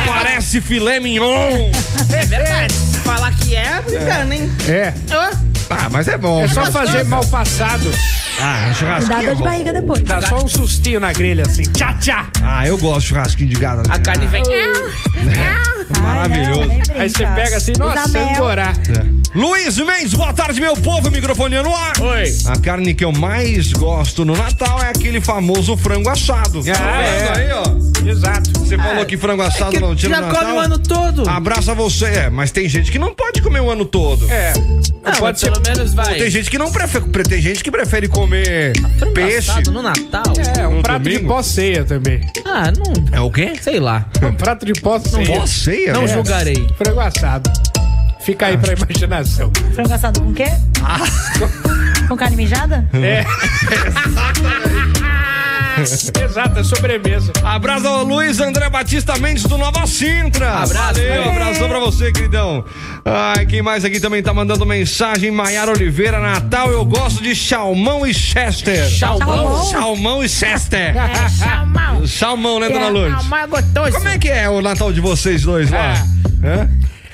[SPEAKER 2] Parece filé mignon.
[SPEAKER 7] É verdade. Falar que é, brincando, hein?
[SPEAKER 2] É.
[SPEAKER 7] Ó,
[SPEAKER 2] Ah, mas é bom.
[SPEAKER 6] É
[SPEAKER 5] Tá
[SPEAKER 6] só
[SPEAKER 2] Gostoso.
[SPEAKER 6] fazer mal passado.
[SPEAKER 2] Ah, churrasquinho. é bom.
[SPEAKER 5] depois.
[SPEAKER 6] Dá só um sustinho na grelha assim. Tchá, tchá.
[SPEAKER 2] Ah, eu gosto de churrasquinho de gato. é
[SPEAKER 6] A carne
[SPEAKER 4] É
[SPEAKER 6] vem.
[SPEAKER 2] Maravilhoso.
[SPEAKER 6] Aí você pega assim, nossa, ancorá.
[SPEAKER 2] É. Luiz Mendes, boa tarde, meu povo. Microfone no ar. Oi. A carne que eu mais gosto no Natal é aquele famoso frango assado. Tá vendo aí, ó?
[SPEAKER 6] Exato.
[SPEAKER 2] Você
[SPEAKER 7] Ah.
[SPEAKER 6] É.
[SPEAKER 2] falou que frango assado não tira
[SPEAKER 4] É já
[SPEAKER 2] no
[SPEAKER 4] come
[SPEAKER 2] Natal.
[SPEAKER 4] o ano todo.
[SPEAKER 2] Abraça você. É, mas tem gente que não pode comer o ano todo.
[SPEAKER 6] É.
[SPEAKER 4] Não, pode ser. Pelo menos vai.
[SPEAKER 2] Tem gente que não prefere. Tem gente que prefere comer peixe.
[SPEAKER 4] Assado né? no Natal.
[SPEAKER 6] É, um
[SPEAKER 2] No
[SPEAKER 6] prato de
[SPEAKER 2] domingo?
[SPEAKER 6] pós-ceia também.
[SPEAKER 4] Ah, não.
[SPEAKER 2] É o quê?
[SPEAKER 4] Sei lá.
[SPEAKER 6] Um prato de pós-ceia.
[SPEAKER 2] Não pós-ceia?
[SPEAKER 4] Não
[SPEAKER 6] É.
[SPEAKER 4] julgarei.
[SPEAKER 6] Frango assado. Fica
[SPEAKER 2] Ah.
[SPEAKER 6] aí pra imaginação.
[SPEAKER 5] Frango assado com quê? Com carne mijada?
[SPEAKER 6] É. Exato, é sobremesa.
[SPEAKER 2] Abraço ao Luiz André Batista Mendes do Nova Sintra.
[SPEAKER 6] Abraço,
[SPEAKER 2] Valeu,
[SPEAKER 6] Luiz.
[SPEAKER 2] abração pra você, queridão. Ai, quem mais aqui também tá mandando mensagem? Maiara Oliveira, Natal, eu gosto de salmão e chester.
[SPEAKER 15] Salmão?
[SPEAKER 2] Salmão e chester.
[SPEAKER 15] É, salmão.
[SPEAKER 2] Salmão, né, dona
[SPEAKER 15] É,
[SPEAKER 2] Lourdes?
[SPEAKER 15] salmão é
[SPEAKER 7] gostoso.
[SPEAKER 2] Como é que é o Natal de vocês dois lá? Hã?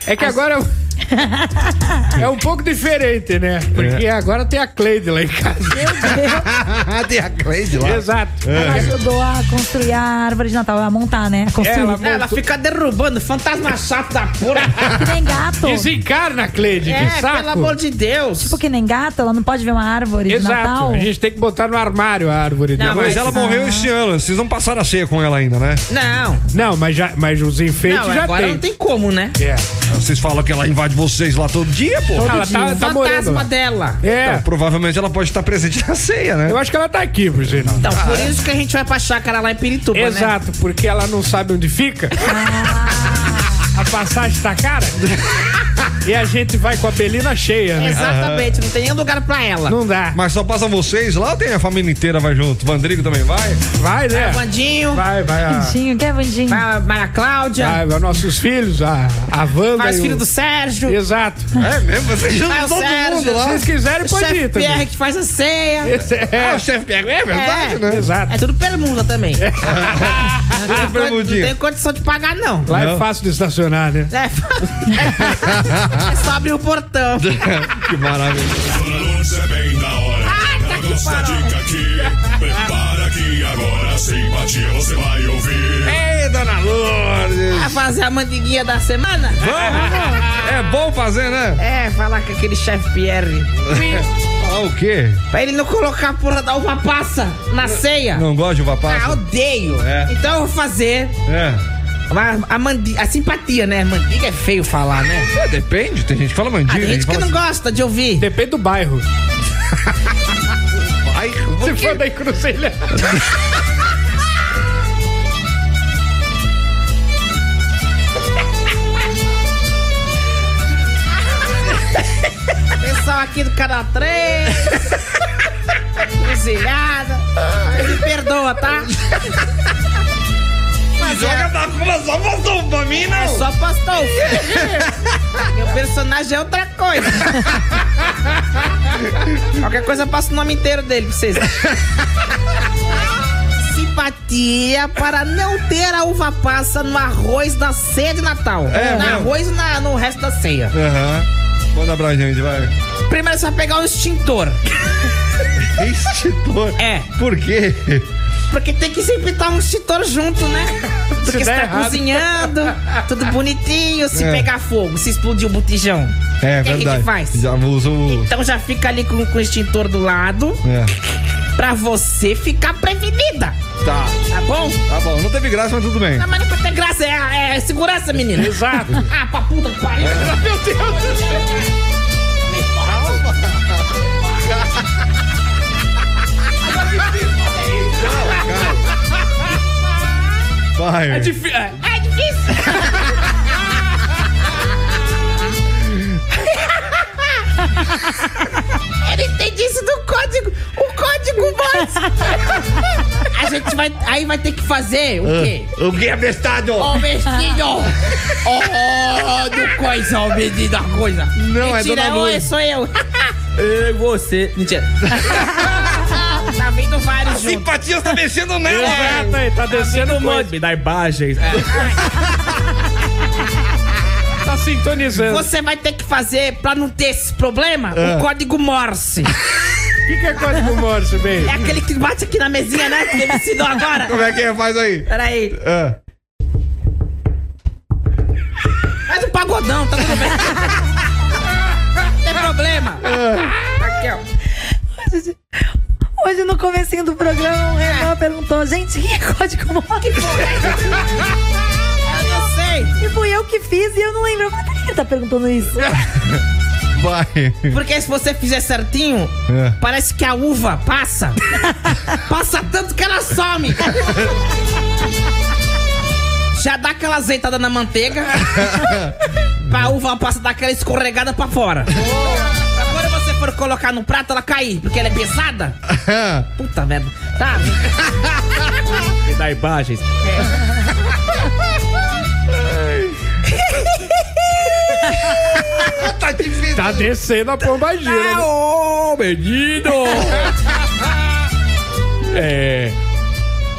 [SPEAKER 6] É que agora eu- é um pouco diferente, né? Porque
[SPEAKER 2] É.
[SPEAKER 6] agora tem a Cleide lá em casa.
[SPEAKER 2] tem a Cleide lá. É.
[SPEAKER 6] Exato.
[SPEAKER 5] Ela ajudou a construir a árvore de Natal, a montar, né? A construir.
[SPEAKER 6] Ela
[SPEAKER 7] Ela fica derrubando fantasma chato da porra.
[SPEAKER 5] Que nem gato.
[SPEAKER 6] Desencarna, Cleide,
[SPEAKER 7] É,
[SPEAKER 6] que saco.
[SPEAKER 7] pelo amor de Deus.
[SPEAKER 5] Tipo que nem gato, ela não pode ver uma árvore de Natal.
[SPEAKER 6] Exato. A gente tem que botar no armário a árvore
[SPEAKER 2] Não,
[SPEAKER 6] dela.
[SPEAKER 2] mas ela morreu esse ano. Vocês não passaram a ceia com ela ainda, né?
[SPEAKER 7] Não.
[SPEAKER 6] Não, mas, já, mas os enfeites
[SPEAKER 7] Não,
[SPEAKER 6] já
[SPEAKER 7] agora
[SPEAKER 6] tem.
[SPEAKER 7] não tem como, né?
[SPEAKER 6] É.
[SPEAKER 2] Vocês falam que ela invade vocês lá todo dia, pô.
[SPEAKER 6] Ela tá, tá morando.
[SPEAKER 7] Fantasma
[SPEAKER 6] lá.
[SPEAKER 7] dela.
[SPEAKER 6] É.
[SPEAKER 2] Então, provavelmente ela pode estar presente na ceia, né?
[SPEAKER 6] Eu acho que ela tá aqui, por sinal.
[SPEAKER 7] Então, por isso que a gente vai pra chácara lá em Pirituba, né?
[SPEAKER 6] Ah. Exato, porque ela não sabe onde fica. A passagem tá cara. e a gente vai com a belina cheia, né?
[SPEAKER 7] Exatamente, não tem nenhum lugar pra ela.
[SPEAKER 6] Não dá.
[SPEAKER 2] Mas só passa vocês lá ou tem a família inteira vai junto? Vandrigo também vai?
[SPEAKER 6] Vai, né?
[SPEAKER 7] Vandinho,
[SPEAKER 6] Vai, vai. A...
[SPEAKER 5] Vandinho, que é Vandinho?
[SPEAKER 7] a Maria Cláudia,
[SPEAKER 6] Vai, vai nossos filhos, a, a Wanda.
[SPEAKER 7] vai os
[SPEAKER 6] e o-
[SPEAKER 7] filhos do Sérgio,
[SPEAKER 6] Exato.
[SPEAKER 2] É mesmo? Vocês
[SPEAKER 7] vai
[SPEAKER 2] juntam
[SPEAKER 7] o
[SPEAKER 2] todo mundo
[SPEAKER 7] Sérgio,
[SPEAKER 2] lá?
[SPEAKER 6] Se vocês quiserem,
[SPEAKER 7] o
[SPEAKER 6] pode ir
[SPEAKER 7] chefe Pierre
[SPEAKER 6] também.
[SPEAKER 7] que faz a ceia.
[SPEAKER 6] Esse
[SPEAKER 2] Ah,
[SPEAKER 6] é-
[SPEAKER 2] o chefe pega, é verdade,
[SPEAKER 7] É.
[SPEAKER 2] né?
[SPEAKER 6] Exato.
[SPEAKER 7] É tudo permuta também.
[SPEAKER 2] Tudo
[SPEAKER 7] Não tem- não
[SPEAKER 2] permutinha.
[SPEAKER 7] tem condição de pagar, não.
[SPEAKER 6] Lá
[SPEAKER 2] Não.
[SPEAKER 6] é fácil de estacionar, né?
[SPEAKER 7] É, é só abrir o portão.
[SPEAKER 2] que maravilha.
[SPEAKER 9] Lourdes é bem da hora. Tá com essa dica aqui. Prepara que agora sem batia você vai ouvir.
[SPEAKER 2] Ei, dona Lourdes!
[SPEAKER 7] Vai fazer a mandiguinha da semana?
[SPEAKER 2] É bom fazer, né?
[SPEAKER 7] É, falar com aquele chefe Pierre.
[SPEAKER 2] Falar o quê?
[SPEAKER 7] Pra ele não colocar a porra da uva passa na ceia.
[SPEAKER 2] Não gosta de uva
[SPEAKER 7] Ah,
[SPEAKER 2] passa?
[SPEAKER 7] odeio.
[SPEAKER 2] É.
[SPEAKER 7] Então eu vou fazer
[SPEAKER 2] É.
[SPEAKER 7] a, a, mandi- a simpatia, né? Mandiga é feio falar, né?
[SPEAKER 2] É, depende, tem gente que fala
[SPEAKER 7] A
[SPEAKER 2] mandinga.
[SPEAKER 7] gente que não gosta de ouvir.
[SPEAKER 6] Depende do bairro.
[SPEAKER 2] Ai,
[SPEAKER 6] Se for da Encruzilhada.
[SPEAKER 7] Pau aqui do canal 3. Encilhada. Me perdoa, tá? Mas
[SPEAKER 2] joga da culpa só pastor pra mim, não.
[SPEAKER 7] É só pastor. Meu personagem é outra coisa. Qualquer coisa eu passo o nome inteiro dele pra vocês. Simpatia para não ter a uva passa no arroz da ceia de Natal.
[SPEAKER 2] É,
[SPEAKER 7] no
[SPEAKER 2] mesmo?
[SPEAKER 7] arroz e na- no resto da ceia.
[SPEAKER 2] Aham. Manda pra gente, vai.
[SPEAKER 7] Primeiro você vai pegar o extintor.
[SPEAKER 2] extintor?
[SPEAKER 7] É.
[SPEAKER 2] Por quê?
[SPEAKER 7] Porque tem que sempre estar um extintor junto, né? Porque
[SPEAKER 2] der
[SPEAKER 7] você tá
[SPEAKER 2] errado.
[SPEAKER 7] cozinhando, tudo bonitinho. Se
[SPEAKER 2] É.
[SPEAKER 7] pegar fogo, se explodir o botijão.
[SPEAKER 2] É,
[SPEAKER 7] o que, é que
[SPEAKER 2] verdade.
[SPEAKER 7] ele faz?
[SPEAKER 2] Já usa o.
[SPEAKER 7] Então já fica ali com, com o extintor do lado
[SPEAKER 2] É.
[SPEAKER 7] pra você ficar prevenida.
[SPEAKER 2] Tá.
[SPEAKER 7] Tá bom?
[SPEAKER 2] Tá bom, não teve graça, mas tudo bem.
[SPEAKER 7] Não, mas não tem graça, é, é segurança, menina.
[SPEAKER 16] Exato.
[SPEAKER 7] ah, pra puta que
[SPEAKER 2] É.
[SPEAKER 7] pariu. Meu Deus do céu.
[SPEAKER 2] Vai.
[SPEAKER 3] É
[SPEAKER 7] difícil. É difícil. Ele entende isso do código. O código Morse. A gente vai. Aí vai ter que fazer o
[SPEAKER 4] Ah.
[SPEAKER 7] quê?
[SPEAKER 2] O que é bestado?
[SPEAKER 7] Ô, bestinho! Ô, oh, do coisa, ô, menino da coisa!
[SPEAKER 4] Não, é
[SPEAKER 7] Mentira,
[SPEAKER 4] Dona
[SPEAKER 7] ô,
[SPEAKER 4] Lourdes.
[SPEAKER 7] eu sou eu!
[SPEAKER 4] Eu, você. Mentira.
[SPEAKER 7] tá vindo vários juntos. É,
[SPEAKER 2] Simpatia tá mexendo nela.
[SPEAKER 4] É.
[SPEAKER 16] Exato, aí, tá descendo um monte.
[SPEAKER 4] Me dá imagens.
[SPEAKER 16] Tá sintonizando.
[SPEAKER 7] Você vai ter que fazer, pra não ter esse problema,
[SPEAKER 16] Ah.
[SPEAKER 7] o código Morse. O
[SPEAKER 16] que, é código Morse, bem?
[SPEAKER 7] É aquele que bate aqui na mesinha, né? Que ele me ensinou agora.
[SPEAKER 2] Como é que é? Faz aí.
[SPEAKER 7] Peraí.
[SPEAKER 2] Ah.
[SPEAKER 7] Faz um pagodão, tá tudo bem. Não tem problema. Aqui, ó.
[SPEAKER 5] Hoje, hoje no comecinho do programa, o Renan perguntou, gente, quem é código Morse? Eu
[SPEAKER 7] não sei.
[SPEAKER 5] E fui eu que fiz e eu não lembro. Eu falei, Por que ele tá perguntando isso?
[SPEAKER 2] Vai.
[SPEAKER 7] Porque se você fizer certinho,
[SPEAKER 2] É.
[SPEAKER 7] parece que a uva passa. passa tanto que ela some. Já dá aquela azeitada na manteiga. pra uva passa dar aquela escorregada pra fora. Agora você for colocar no prato, ela cair, porque ela é pesada. Puta merda. Tá.
[SPEAKER 4] Me dá imagens.
[SPEAKER 2] tá difícil.
[SPEAKER 16] Tá descendo a pombagira.
[SPEAKER 2] Tá
[SPEAKER 16] né?
[SPEAKER 4] Ô, menino!
[SPEAKER 16] É.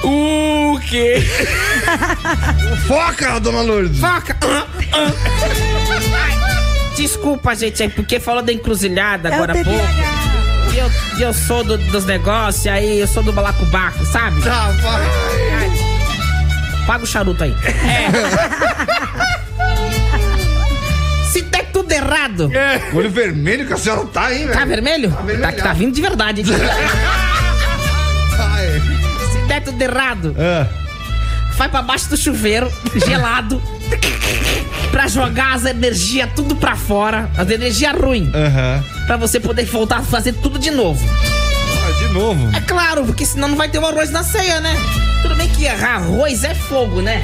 [SPEAKER 4] O quê?
[SPEAKER 2] Foca, dona Lourdes!
[SPEAKER 7] Foca! Desculpa, gente, é porque falou da encruzilhada
[SPEAKER 3] É o
[SPEAKER 7] agora há pouco. E Eu, e eu sou do- dos negócios, aí eu sou do balacobaco, sabe?
[SPEAKER 2] Tá, vai.
[SPEAKER 7] Paga o charuto aí. É. Se tá tudo errado.
[SPEAKER 2] É. Olho vermelho que a senhora tá é. aí, velho.
[SPEAKER 7] Tá vermelho? Tá, que tá vindo de verdade. hein? Se der tudo errado,
[SPEAKER 2] É.
[SPEAKER 7] vai pra baixo do chuveiro, gelado, pra jogar as energias tudo pra fora, as energias ruins,
[SPEAKER 2] Aham.
[SPEAKER 7] pra você poder voltar a fazer tudo de novo.
[SPEAKER 2] Ah, de novo.
[SPEAKER 7] É claro, porque senão não vai ter o arroz na ceia, né? Tudo bem que errar arroz é fogo, né?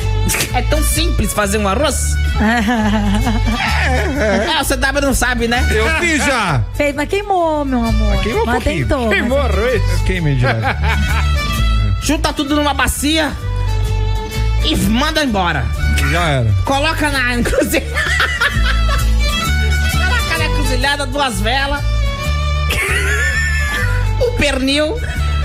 [SPEAKER 7] É tão simples fazer um arroz. É, o CW não sabe, né?
[SPEAKER 2] Eu fiz já.
[SPEAKER 5] Fez, mas queimou, meu amor.
[SPEAKER 7] queimou um
[SPEAKER 5] mas
[SPEAKER 7] pouquinho.
[SPEAKER 5] tentou.
[SPEAKER 7] Queimou
[SPEAKER 5] mas...
[SPEAKER 16] arroz.
[SPEAKER 2] Queimei já.
[SPEAKER 7] Junta tudo numa bacia e manda embora.
[SPEAKER 2] Já era.
[SPEAKER 7] Coloca na encruzilhada. Coloca na encruzilhada duas velas. O pernil.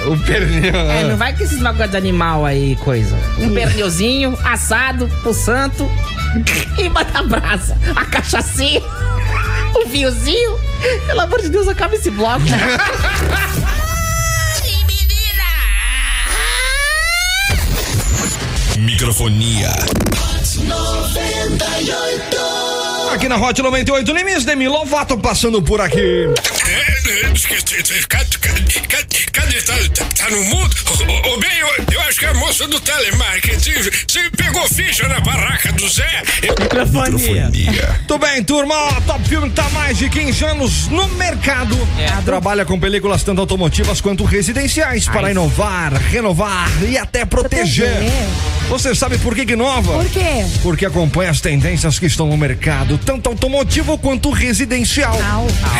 [SPEAKER 2] O pernil.
[SPEAKER 7] É, não vai com esses negócios de animal aí, coisa. Um pernilzinho assado pro santo. E bota a brasa. A cachaçinha. O vinhozinho. Pelo amor de Deus, acaba esse bloco.
[SPEAKER 8] Microfonia.
[SPEAKER 3] 98.
[SPEAKER 2] Aqui na Hot 98, Limes Demi Lovato passando por aqui.
[SPEAKER 9] esperando que te- te- cadê, cadê, cadê- cadê tá, tá- tá no mundo? Ô, ô, ô, bem, eu, eu acho que é a moça do telemarketing se pegou ficha na barraca do Zé.
[SPEAKER 2] Microfonia. Tudo bem, turma. Ó, Top Filme está há mais de 15 anos no mercado.
[SPEAKER 5] É.
[SPEAKER 2] Trabalha com películas tanto automotivas quanto residenciais para inovar, renovar e até proteger. Você sabe por que que inova?
[SPEAKER 5] Por quê?
[SPEAKER 2] Porque acompanha as tendências que estão no mercado, tanto automotivo quanto residencial.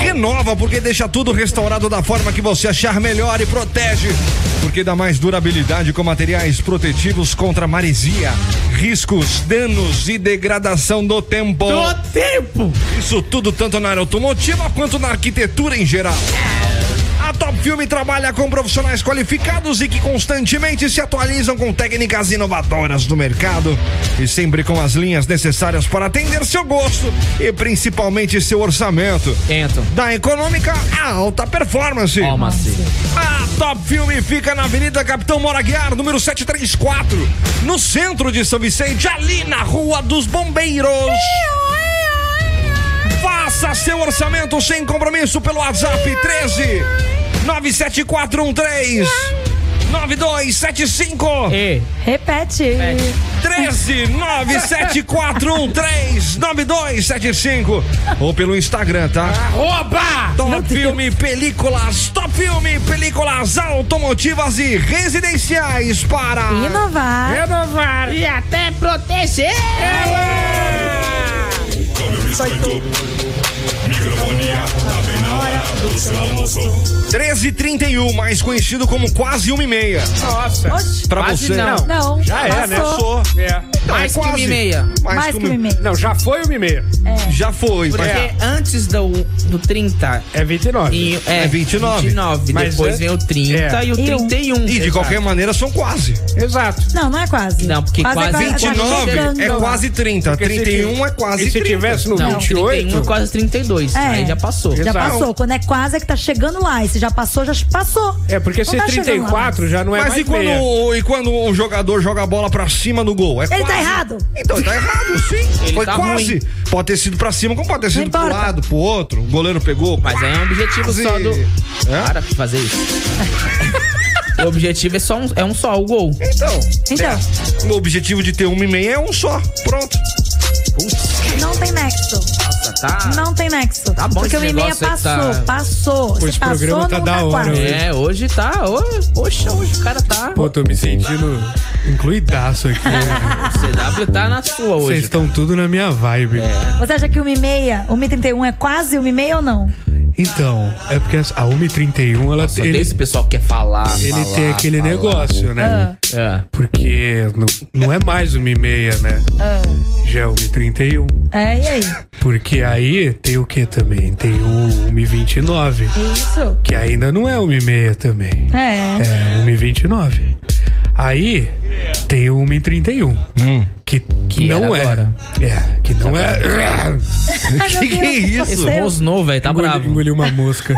[SPEAKER 2] Renova porque deixa tudo restaurado da forma que você achar melhor e protege. Porque dá mais durabilidade com materiais protetivos contra maresia, riscos, danos e degradação do tempo.
[SPEAKER 17] Do
[SPEAKER 2] tempo! Isso tudo tanto na área automotiva quanto na arquitetura em geral. A Top Filme trabalha com profissionais qualificados e que constantemente se atualizam com técnicas inovadoras do mercado e sempre com as linhas necessárias para atender seu gosto e principalmente seu orçamento. Da econômica à alta performance. A Top Filme fica na Avenida Capitão Moraguiar, número 734, no centro de São Vicente, ali na Rua dos Bombeiros. Faça seu orçamento sem compromisso pelo WhatsApp 13 97413 9275.
[SPEAKER 5] Repete.
[SPEAKER 2] 13 97413 9275. Ou pelo Instagram, tá?
[SPEAKER 17] Oba!
[SPEAKER 2] Top Filme Películas, Top Filme Películas Automotivas e Residenciais para
[SPEAKER 5] Inovar.
[SPEAKER 6] Renovar.
[SPEAKER 4] E até proteger.
[SPEAKER 2] Sai tudo.
[SPEAKER 9] Microfonia, tá bem na hora do seu almoço.
[SPEAKER 2] 13h31, mais conhecido como quase 1 e meia.
[SPEAKER 6] Nossa.
[SPEAKER 2] Pra
[SPEAKER 6] Quase
[SPEAKER 2] você.
[SPEAKER 6] não.
[SPEAKER 5] Não.
[SPEAKER 6] Já é, né?
[SPEAKER 2] Passou.
[SPEAKER 6] É.
[SPEAKER 2] Então, Mais é que uma quase. e meia. Mais Mais que um que uma e
[SPEAKER 5] meia.
[SPEAKER 6] Não, já foi uma e meia.
[SPEAKER 2] Já foi.
[SPEAKER 4] Porque
[SPEAKER 6] É.
[SPEAKER 4] antes do, do 30.
[SPEAKER 6] É 29.
[SPEAKER 4] E, é,
[SPEAKER 2] É 29.
[SPEAKER 4] 29.
[SPEAKER 2] Mas
[SPEAKER 4] depois
[SPEAKER 2] é-
[SPEAKER 4] vem o 30 e o
[SPEAKER 5] E um.
[SPEAKER 4] 31.
[SPEAKER 2] E de
[SPEAKER 4] Exato.
[SPEAKER 2] qualquer maneira são quase.
[SPEAKER 6] Exato.
[SPEAKER 5] Não, não é quase.
[SPEAKER 4] Não, porque
[SPEAKER 5] Quase é
[SPEAKER 4] quase,
[SPEAKER 5] quase- tá
[SPEAKER 2] 29
[SPEAKER 5] chegando.
[SPEAKER 2] é quase 30.
[SPEAKER 6] Porque se
[SPEAKER 2] 31 é quase
[SPEAKER 6] e se
[SPEAKER 2] 30.
[SPEAKER 6] tivesse no
[SPEAKER 4] Não, 31 é
[SPEAKER 6] 28?
[SPEAKER 4] quase 32. Aí já passou.
[SPEAKER 5] Já passou. Quando é quase é que tá chegando lá. E se já passou, já passou.
[SPEAKER 6] É, porque
[SPEAKER 5] Não
[SPEAKER 6] se
[SPEAKER 5] tá chegando lá.
[SPEAKER 6] 34 já não é
[SPEAKER 2] Mas
[SPEAKER 6] mais
[SPEAKER 2] e quando,
[SPEAKER 6] meia.
[SPEAKER 2] o- e quando um jogador joga a bola pra cima do gol? É
[SPEAKER 5] Ele
[SPEAKER 2] quase.
[SPEAKER 5] tá errado.
[SPEAKER 2] Então, tá errado, sim.
[SPEAKER 4] Ele
[SPEAKER 2] Foi
[SPEAKER 4] tá
[SPEAKER 2] quase.
[SPEAKER 4] ruim.
[SPEAKER 2] Pode ter sido pra cima, como pode ter sido pro
[SPEAKER 5] importa.
[SPEAKER 2] lado, pro outro. O goleiro pegou.
[SPEAKER 4] Mas aí é um objetivo
[SPEAKER 2] Quase.
[SPEAKER 4] só do.
[SPEAKER 2] Hã?
[SPEAKER 4] Para de fazer isso. o objetivo é só um, é um só, o gol.
[SPEAKER 2] Então,
[SPEAKER 5] Então,
[SPEAKER 2] o objetivo de ter uma e meia é um só. Pronto.
[SPEAKER 5] não tem nexo.
[SPEAKER 4] Nossa, tá.
[SPEAKER 5] Não tem nexo.
[SPEAKER 4] Tá bom
[SPEAKER 5] Porque o
[SPEAKER 4] esse
[SPEAKER 5] e meia
[SPEAKER 4] negócio aí que
[SPEAKER 5] passou,
[SPEAKER 4] tá-
[SPEAKER 5] passou.
[SPEAKER 6] Pô,
[SPEAKER 5] Se
[SPEAKER 6] esse
[SPEAKER 5] passou,
[SPEAKER 6] programa tá
[SPEAKER 5] não
[SPEAKER 6] da hora,
[SPEAKER 5] quase.
[SPEAKER 6] hein?
[SPEAKER 4] É, hoje tá. Ô, poxa, hoje o cara tá.
[SPEAKER 6] Pô, tô me sentindo incluidaço aqui. né?
[SPEAKER 4] O CW tá na sua
[SPEAKER 6] Vocês
[SPEAKER 4] hoje.
[SPEAKER 6] estão tudo na minha vibe.
[SPEAKER 5] Você acha que uma e meia, uma e trinta e um é quase uma e meia ou não?
[SPEAKER 6] Então, é porque a 1h31, ela
[SPEAKER 4] Só
[SPEAKER 6] ele-
[SPEAKER 4] tem esse pessoal que quer falar.
[SPEAKER 6] ele
[SPEAKER 4] falar,
[SPEAKER 6] tem aquele
[SPEAKER 4] falar.
[SPEAKER 6] negócio, né?
[SPEAKER 4] É.
[SPEAKER 6] Porque não, não é mais 1h30, né?
[SPEAKER 4] Ah.
[SPEAKER 6] Já é 1h31.
[SPEAKER 5] É, e aí?
[SPEAKER 6] Porque aí tem o que também? Tem o 1h29,
[SPEAKER 5] Isso?
[SPEAKER 6] que ainda não é 1h30 também.
[SPEAKER 5] É.
[SPEAKER 6] É, 1h29. Aí tem o 1h31. Que, que
[SPEAKER 4] era
[SPEAKER 6] não é.
[SPEAKER 4] agora.
[SPEAKER 6] É, que não é.
[SPEAKER 2] que que é isso?
[SPEAKER 4] Esse Rosnou, velho, tá
[SPEAKER 6] Engoli,
[SPEAKER 4] bravo.
[SPEAKER 6] engoli uma mosca.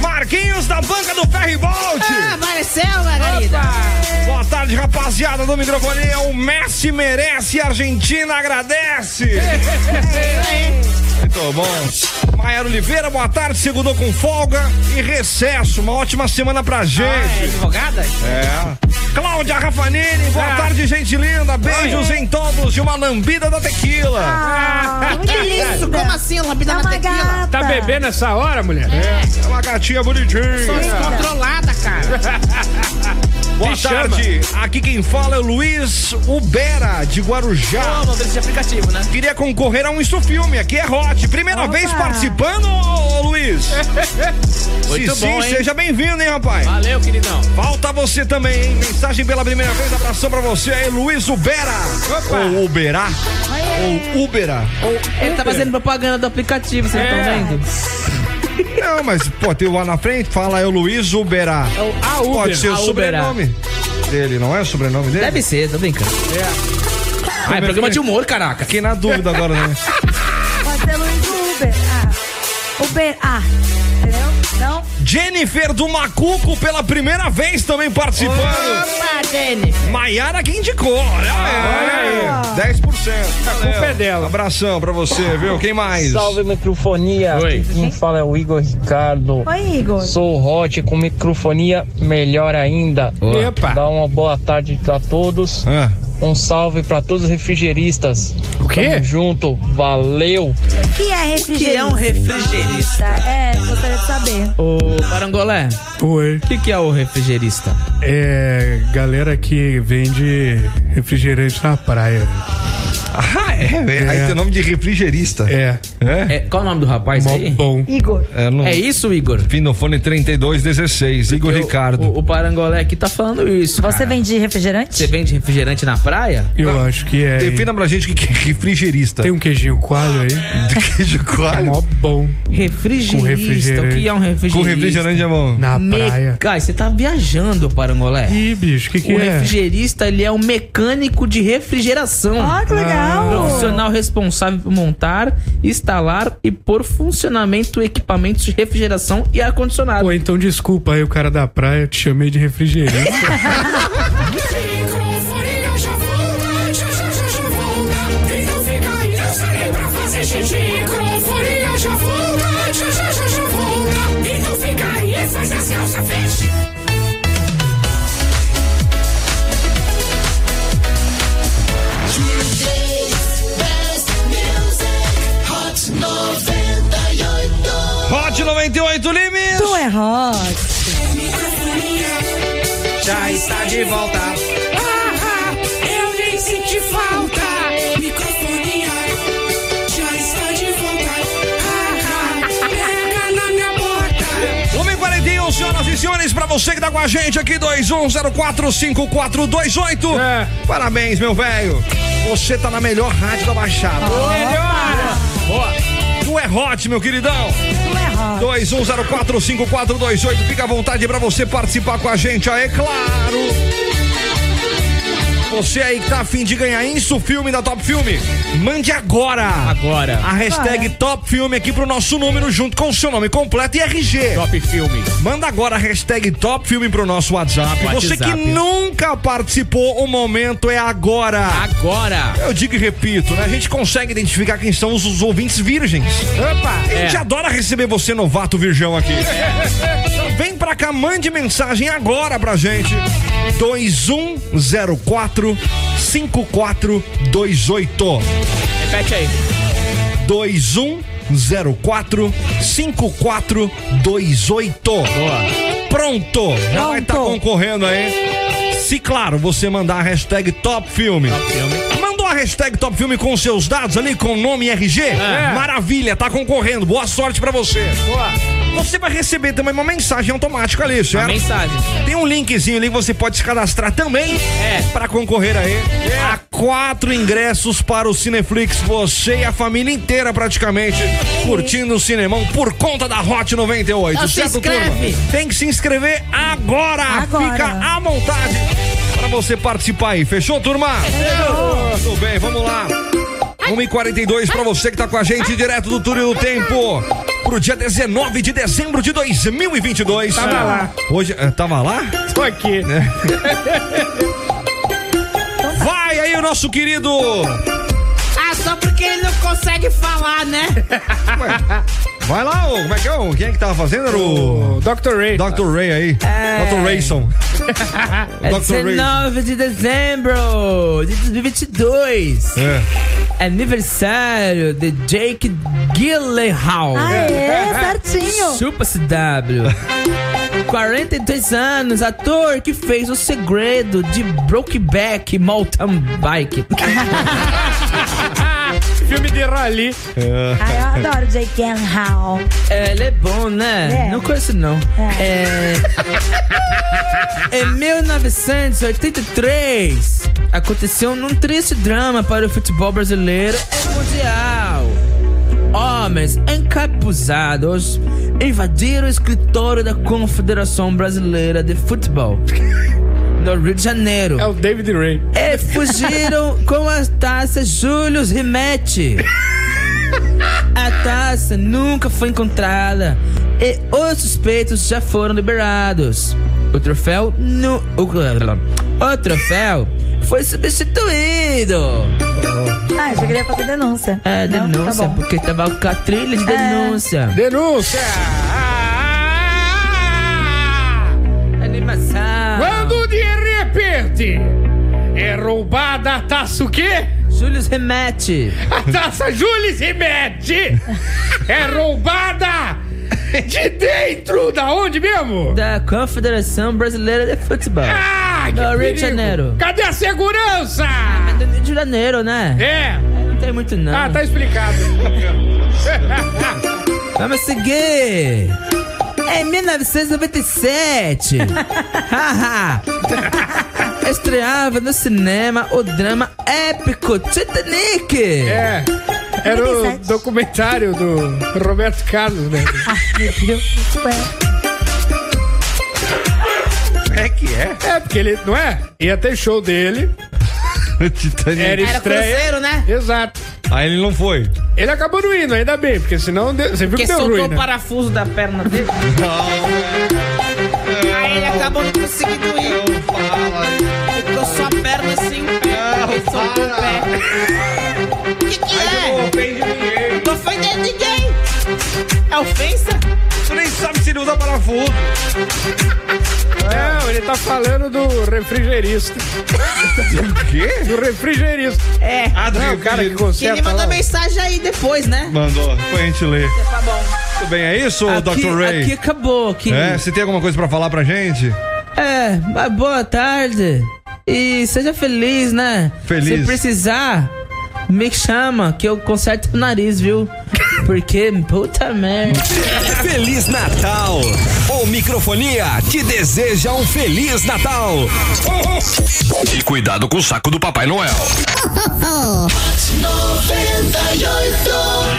[SPEAKER 2] Marquinhos da banca do Ferry Bolt.
[SPEAKER 5] É.
[SPEAKER 7] Ah,
[SPEAKER 4] apareceu, Margarida.
[SPEAKER 2] Boa tarde, rapaziada do microfone. É O Messi merece, a Argentina agradece. Muito bom. Maiara Oliveira, boa tarde. Segundou com folga e recesso. Uma ótima semana pra gente.
[SPEAKER 4] Advogada?
[SPEAKER 2] É. Cláudia Rafanini, boa tarde, gente linda. Beijos em todos e uma lambida da tequila.
[SPEAKER 5] Ah, muito linda.
[SPEAKER 4] Isso, como assim, lambida
[SPEAKER 5] É
[SPEAKER 4] na
[SPEAKER 5] uma
[SPEAKER 4] tequila?
[SPEAKER 5] gata.
[SPEAKER 6] Tá bebendo essa hora, mulher?
[SPEAKER 2] É uma gatinha bonitinha.
[SPEAKER 4] Tô descontrolada, cara.
[SPEAKER 2] Boa
[SPEAKER 6] Me chama.
[SPEAKER 2] tarde. Aqui quem fala é o Luiz Ubera, de Guarujá.
[SPEAKER 4] Toma, desse aplicativo, né?
[SPEAKER 2] Queria concorrer a um filme, aqui é Hot. Primeira
[SPEAKER 5] Opa.
[SPEAKER 2] vez participando, ô, ô, Luiz.
[SPEAKER 4] Muito
[SPEAKER 2] Se
[SPEAKER 4] bom,
[SPEAKER 2] sim,
[SPEAKER 4] hein?
[SPEAKER 2] seja bem-vindo, hein, rapaz.
[SPEAKER 4] Valeu, queridão.
[SPEAKER 2] Falta você também, hein? Mensagem pela primeira vez, abração pra você aí, Luiz Ubera. Ou Uberá. Ou Ubera.
[SPEAKER 4] Ele tá fazendo propaganda do aplicativo, vocês estão
[SPEAKER 7] É.
[SPEAKER 4] vendo?
[SPEAKER 2] Não, mas pode ter o A na frente, fala eu, Luiz Uberá.
[SPEAKER 6] A Uber.
[SPEAKER 2] Pode ser o
[SPEAKER 4] É a Uberá.
[SPEAKER 2] sobrenome dele, não é o sobrenome dele?
[SPEAKER 4] Deve ser, tô brincando. Ah, é programa de humor, caraca.
[SPEAKER 2] Fiquei na dúvida agora, né?
[SPEAKER 5] Pode ser Luiz do Uber. Ah. Uber. Ah. Entendeu? Não?
[SPEAKER 2] Jennifer do Macuco pela primeira vez também participando.
[SPEAKER 5] Opa, Jennifer.
[SPEAKER 2] Maiara que indicou. Olha, aí. 10%. A culpa é dela. Abração pra você, viu? Quem mais?
[SPEAKER 18] Salve microfonia. Oi. Quem fala é o Igor Ricardo.
[SPEAKER 5] Oi, Igor.
[SPEAKER 18] Sou hot com microfonia melhor ainda.
[SPEAKER 2] Boa. Epa.
[SPEAKER 18] Dá uma boa tarde pra todos.
[SPEAKER 2] Ah.
[SPEAKER 18] Um salve pra todos os refrigeristas. O quê? Tamo junto. Valeu.
[SPEAKER 5] O que é refrigerista?
[SPEAKER 7] é um refrigerista?
[SPEAKER 5] É, gostaria de saber.
[SPEAKER 4] Ô, Parangolé.
[SPEAKER 16] Oi.
[SPEAKER 4] O que, que é o refrigerista?
[SPEAKER 16] É galera que vende refrigerante na praia.
[SPEAKER 2] Ah, é, é. Aí tem nome de refrigerista.
[SPEAKER 16] É.
[SPEAKER 4] É, qual o nome do rapaz aí?
[SPEAKER 16] Bom.
[SPEAKER 5] Igor.
[SPEAKER 2] É, não-
[SPEAKER 4] É isso, Igor?
[SPEAKER 2] Finofone 3216, Igor
[SPEAKER 4] Porque o-
[SPEAKER 2] Ricardo.
[SPEAKER 4] O, o Parangolé aqui tá falando isso.
[SPEAKER 5] Você
[SPEAKER 4] cara.
[SPEAKER 5] vende refrigerante?
[SPEAKER 4] Você vende refrigerante na praia?
[SPEAKER 16] Eu acho que é.
[SPEAKER 2] Defina pra gente o que é refrigerista.
[SPEAKER 16] Tem um queijinho coalho aí.
[SPEAKER 2] De queijo
[SPEAKER 6] É
[SPEAKER 2] coalho?
[SPEAKER 16] Mó bom.
[SPEAKER 4] Refrigerista.
[SPEAKER 16] Com refrigerante.
[SPEAKER 4] O que é um refrigerista?
[SPEAKER 2] Com refrigerante é bom.
[SPEAKER 16] Na
[SPEAKER 4] Me-
[SPEAKER 16] praia.
[SPEAKER 4] Cara, você tá viajando, Parangolé.
[SPEAKER 16] Ih, bicho, que que
[SPEAKER 4] o
[SPEAKER 16] é?
[SPEAKER 4] refrigerista, ele é o mecânico de refrigeração.
[SPEAKER 5] Ah, que legal.
[SPEAKER 4] Profissional responsável por montar, instalar e pôr funcionamento equipamentos de refrigeração e ar-condicionado.
[SPEAKER 16] Pô, então desculpa aí o cara da praia, eu te chamei de refrigerante.
[SPEAKER 3] Microfonia já volta, já já já já volta. Quem não fica aí, eu saí pra fazer xixi. Microfonia já volta, já já já já volta. Quem não fica aí, faz as calças, feche.
[SPEAKER 19] Hot 98.
[SPEAKER 2] Hot 98 Limes!
[SPEAKER 5] Tu é hot.
[SPEAKER 2] Já está de volta.
[SPEAKER 3] Ah, eu nem senti falta. Microfonia já está de volta. Ah, pega na minha bota.
[SPEAKER 2] 1h41, senhoras e senhores, pra você que tá com a gente aqui, 21045428.
[SPEAKER 5] É.
[SPEAKER 2] Parabéns, meu velho. Você tá na melhor rádio da Baixada. Melhor! Boa. Tu é hot, meu queridão.
[SPEAKER 5] Tu é hot.
[SPEAKER 2] 21045428. Fica à vontade pra você participar com a gente, aí, claro. Você aí que tá afim de ganhar isso filme da Top Filme, mande agora.
[SPEAKER 4] Agora.
[SPEAKER 2] A hashtag Top Filme aqui pro nosso número junto com o seu nome completo e RG.
[SPEAKER 4] Top filme.
[SPEAKER 2] Manda agora a hashtag Top Filme pro nosso WhatsApp. Você que
[SPEAKER 4] WhatsApp.
[SPEAKER 2] nunca participou, o momento é agora.
[SPEAKER 4] Agora.
[SPEAKER 2] Eu digo e repito, né? A gente consegue identificar quem são os, os ouvintes virgens.
[SPEAKER 16] Opa!
[SPEAKER 2] A gente
[SPEAKER 4] É.
[SPEAKER 2] adora receber você, novato virgão, aqui. Então Vem pra cá, mande mensagem agora pra gente. 2104 5428.
[SPEAKER 4] Repete aí.
[SPEAKER 2] 2104 5428. Pronto! Já vai estar concorrendo aí. Se, claro, você mandar a hashtag Top Filme. Mandou a hashtag Top Filme com seus dados ali, com nome e RG? Maravilha, tá concorrendo. Boa sorte pra você. Você vai receber também uma mensagem automática ali,
[SPEAKER 4] A
[SPEAKER 2] certo?
[SPEAKER 4] mensagem.
[SPEAKER 2] Tem um linkzinho ali que você pode se cadastrar também é. para concorrer aí a quatro ingressos para o Cineflix, você e a família inteira praticamente curtindo o cinemão por conta da Hot 98,
[SPEAKER 4] Então se
[SPEAKER 2] certo,
[SPEAKER 4] inscreve.
[SPEAKER 2] turma? Tem que se inscrever agora.
[SPEAKER 5] Agora.
[SPEAKER 2] Fica à vontade para você participar aí. Fechou, turma? Tudo bem, vamos lá. 1h42 pra você que tá com a gente direto do Túlio do Tempo. Pro dia 19 de dezembro de 2022.
[SPEAKER 16] Tava lá.
[SPEAKER 2] Hoje. eh, Tava lá?
[SPEAKER 16] Tô aqui.
[SPEAKER 2] Vai aí o nosso querido.
[SPEAKER 7] Ah, só porque ele não consegue falar, né?
[SPEAKER 2] Vai lá, ô, como é que é? ô? Quem é que tava fazendo? Era o.
[SPEAKER 16] O Dr. Ray.
[SPEAKER 2] Dr. Ray aí. Dr. Rayson.
[SPEAKER 4] É
[SPEAKER 2] Dr. Ray.
[SPEAKER 4] 19 de dezembro de 2022.
[SPEAKER 2] É.
[SPEAKER 4] Aniversário de Jake Gyllenhaal.
[SPEAKER 20] Ah, é?
[SPEAKER 5] Aê, certinho.
[SPEAKER 4] Chupa CW. 42 anos, ator que fez o segredo de Brokeback Mountain Bike.
[SPEAKER 16] Filme de rally.
[SPEAKER 20] Ah,
[SPEAKER 5] Ai, eu adoro Jake Hall.
[SPEAKER 4] Ele é bom, né?
[SPEAKER 5] É.
[SPEAKER 4] Não conheço, não. É. em 1983, aconteceu num triste drama para o futebol brasileiro e mundial. Homens encapuzados invadiram o escritório da Confederação Brasileira de Futebol, no Rio de Janeiro.
[SPEAKER 16] É o David Ray.
[SPEAKER 4] E fugiram com as taças Július Rimete. A taça nunca foi encontrada e os suspeitos já foram liberados. O troféu no. O, o troféu foi substituído.
[SPEAKER 20] Ah, eu já queria fazer denúncia.
[SPEAKER 4] É,
[SPEAKER 20] Não?
[SPEAKER 4] denúncia,
[SPEAKER 20] Tá bom. É.
[SPEAKER 4] porque tava com a trilha de denúncia.
[SPEAKER 16] é.
[SPEAKER 6] Denúncia!
[SPEAKER 16] Ah,
[SPEAKER 4] Animação!
[SPEAKER 21] Quando de repente é roubada a taça o quê?
[SPEAKER 4] Július remete.
[SPEAKER 21] A taça Július remete! é roubada de
[SPEAKER 16] É
[SPEAKER 21] dentro da onde mesmo?
[SPEAKER 4] Da Confederação Brasileira de Futebol.
[SPEAKER 21] Ah, que
[SPEAKER 4] Do Rio de
[SPEAKER 21] perigo.
[SPEAKER 4] Janeiro. Ah.
[SPEAKER 21] Cadê a segurança?
[SPEAKER 4] mas do Rio de Janeiro, né?
[SPEAKER 21] É.
[SPEAKER 4] Não tem muito não.
[SPEAKER 21] Ah, tá explicado.
[SPEAKER 4] Vamos seguir! É Em 1997, haha, estreava no cinema o drama épico Titanic.
[SPEAKER 6] É. Era o documentário do Roberto Carlos, né?
[SPEAKER 7] tipo,
[SPEAKER 2] É que é?
[SPEAKER 6] É, porque ele, não é? Ia ter show dele.
[SPEAKER 2] Titanic.
[SPEAKER 6] Era
[SPEAKER 7] Era
[SPEAKER 6] estreia.
[SPEAKER 7] cruzeiro, né?
[SPEAKER 6] Exato.
[SPEAKER 2] Aí ele não foi.
[SPEAKER 6] Ele acabou não indo, ainda bem, porque senão deu- você viu
[SPEAKER 7] Porque
[SPEAKER 6] que deu
[SPEAKER 7] soltou
[SPEAKER 6] ruim.
[SPEAKER 7] o
[SPEAKER 6] né?
[SPEAKER 7] parafuso da perna dele. Aí ele acabou não conseguindo ir. Ficou só a perna assim, o pé. Ele soltou o pé. Que que é? Não ofendendo ninguém. É ofensa?
[SPEAKER 2] Tu nem sabe se ele usa parafuso.
[SPEAKER 6] Não, ele tá falando do refrigerista.
[SPEAKER 2] Do quê?
[SPEAKER 6] Do refrigerista.
[SPEAKER 7] É.
[SPEAKER 2] Ah, do
[SPEAKER 6] não, o cara que
[SPEAKER 7] Que ele
[SPEAKER 6] conserta
[SPEAKER 7] mandou
[SPEAKER 6] lá.
[SPEAKER 7] mensagem aí depois, né?
[SPEAKER 2] Mandou, foi a gente ler.
[SPEAKER 7] Tá bom.
[SPEAKER 2] Tudo bem, é isso,
[SPEAKER 4] Aqui-
[SPEAKER 2] Dr. Ray?
[SPEAKER 4] aqui acabou, aqui.
[SPEAKER 2] É, você tem alguma coisa pra falar pra gente?
[SPEAKER 4] É, mas boa tarde. E seja feliz, né?
[SPEAKER 2] Feliz.
[SPEAKER 4] Se precisar, me chama que eu conserto o nariz, viu? Porque, puta merda.
[SPEAKER 22] Feliz Natal! O Microfonia te deseja um Feliz Natal!
[SPEAKER 9] E cuidado com o saco do Papai Noel.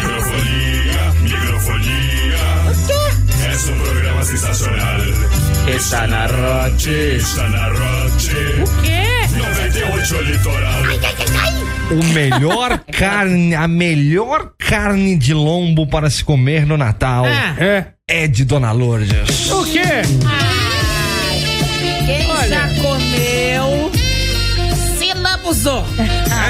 [SPEAKER 9] Microfonia, microfonia. É um programa sensacional.
[SPEAKER 4] Está na rote.
[SPEAKER 9] Está na rote. O quê? 98 litoral.
[SPEAKER 2] O
[SPEAKER 6] É
[SPEAKER 2] melhor carne, a melhor carne de lombo para se comer no Natal
[SPEAKER 7] Ah.
[SPEAKER 6] é,
[SPEAKER 2] de Dona Lourdes.
[SPEAKER 6] O quê?
[SPEAKER 7] Quem já comeu, se lambuzou.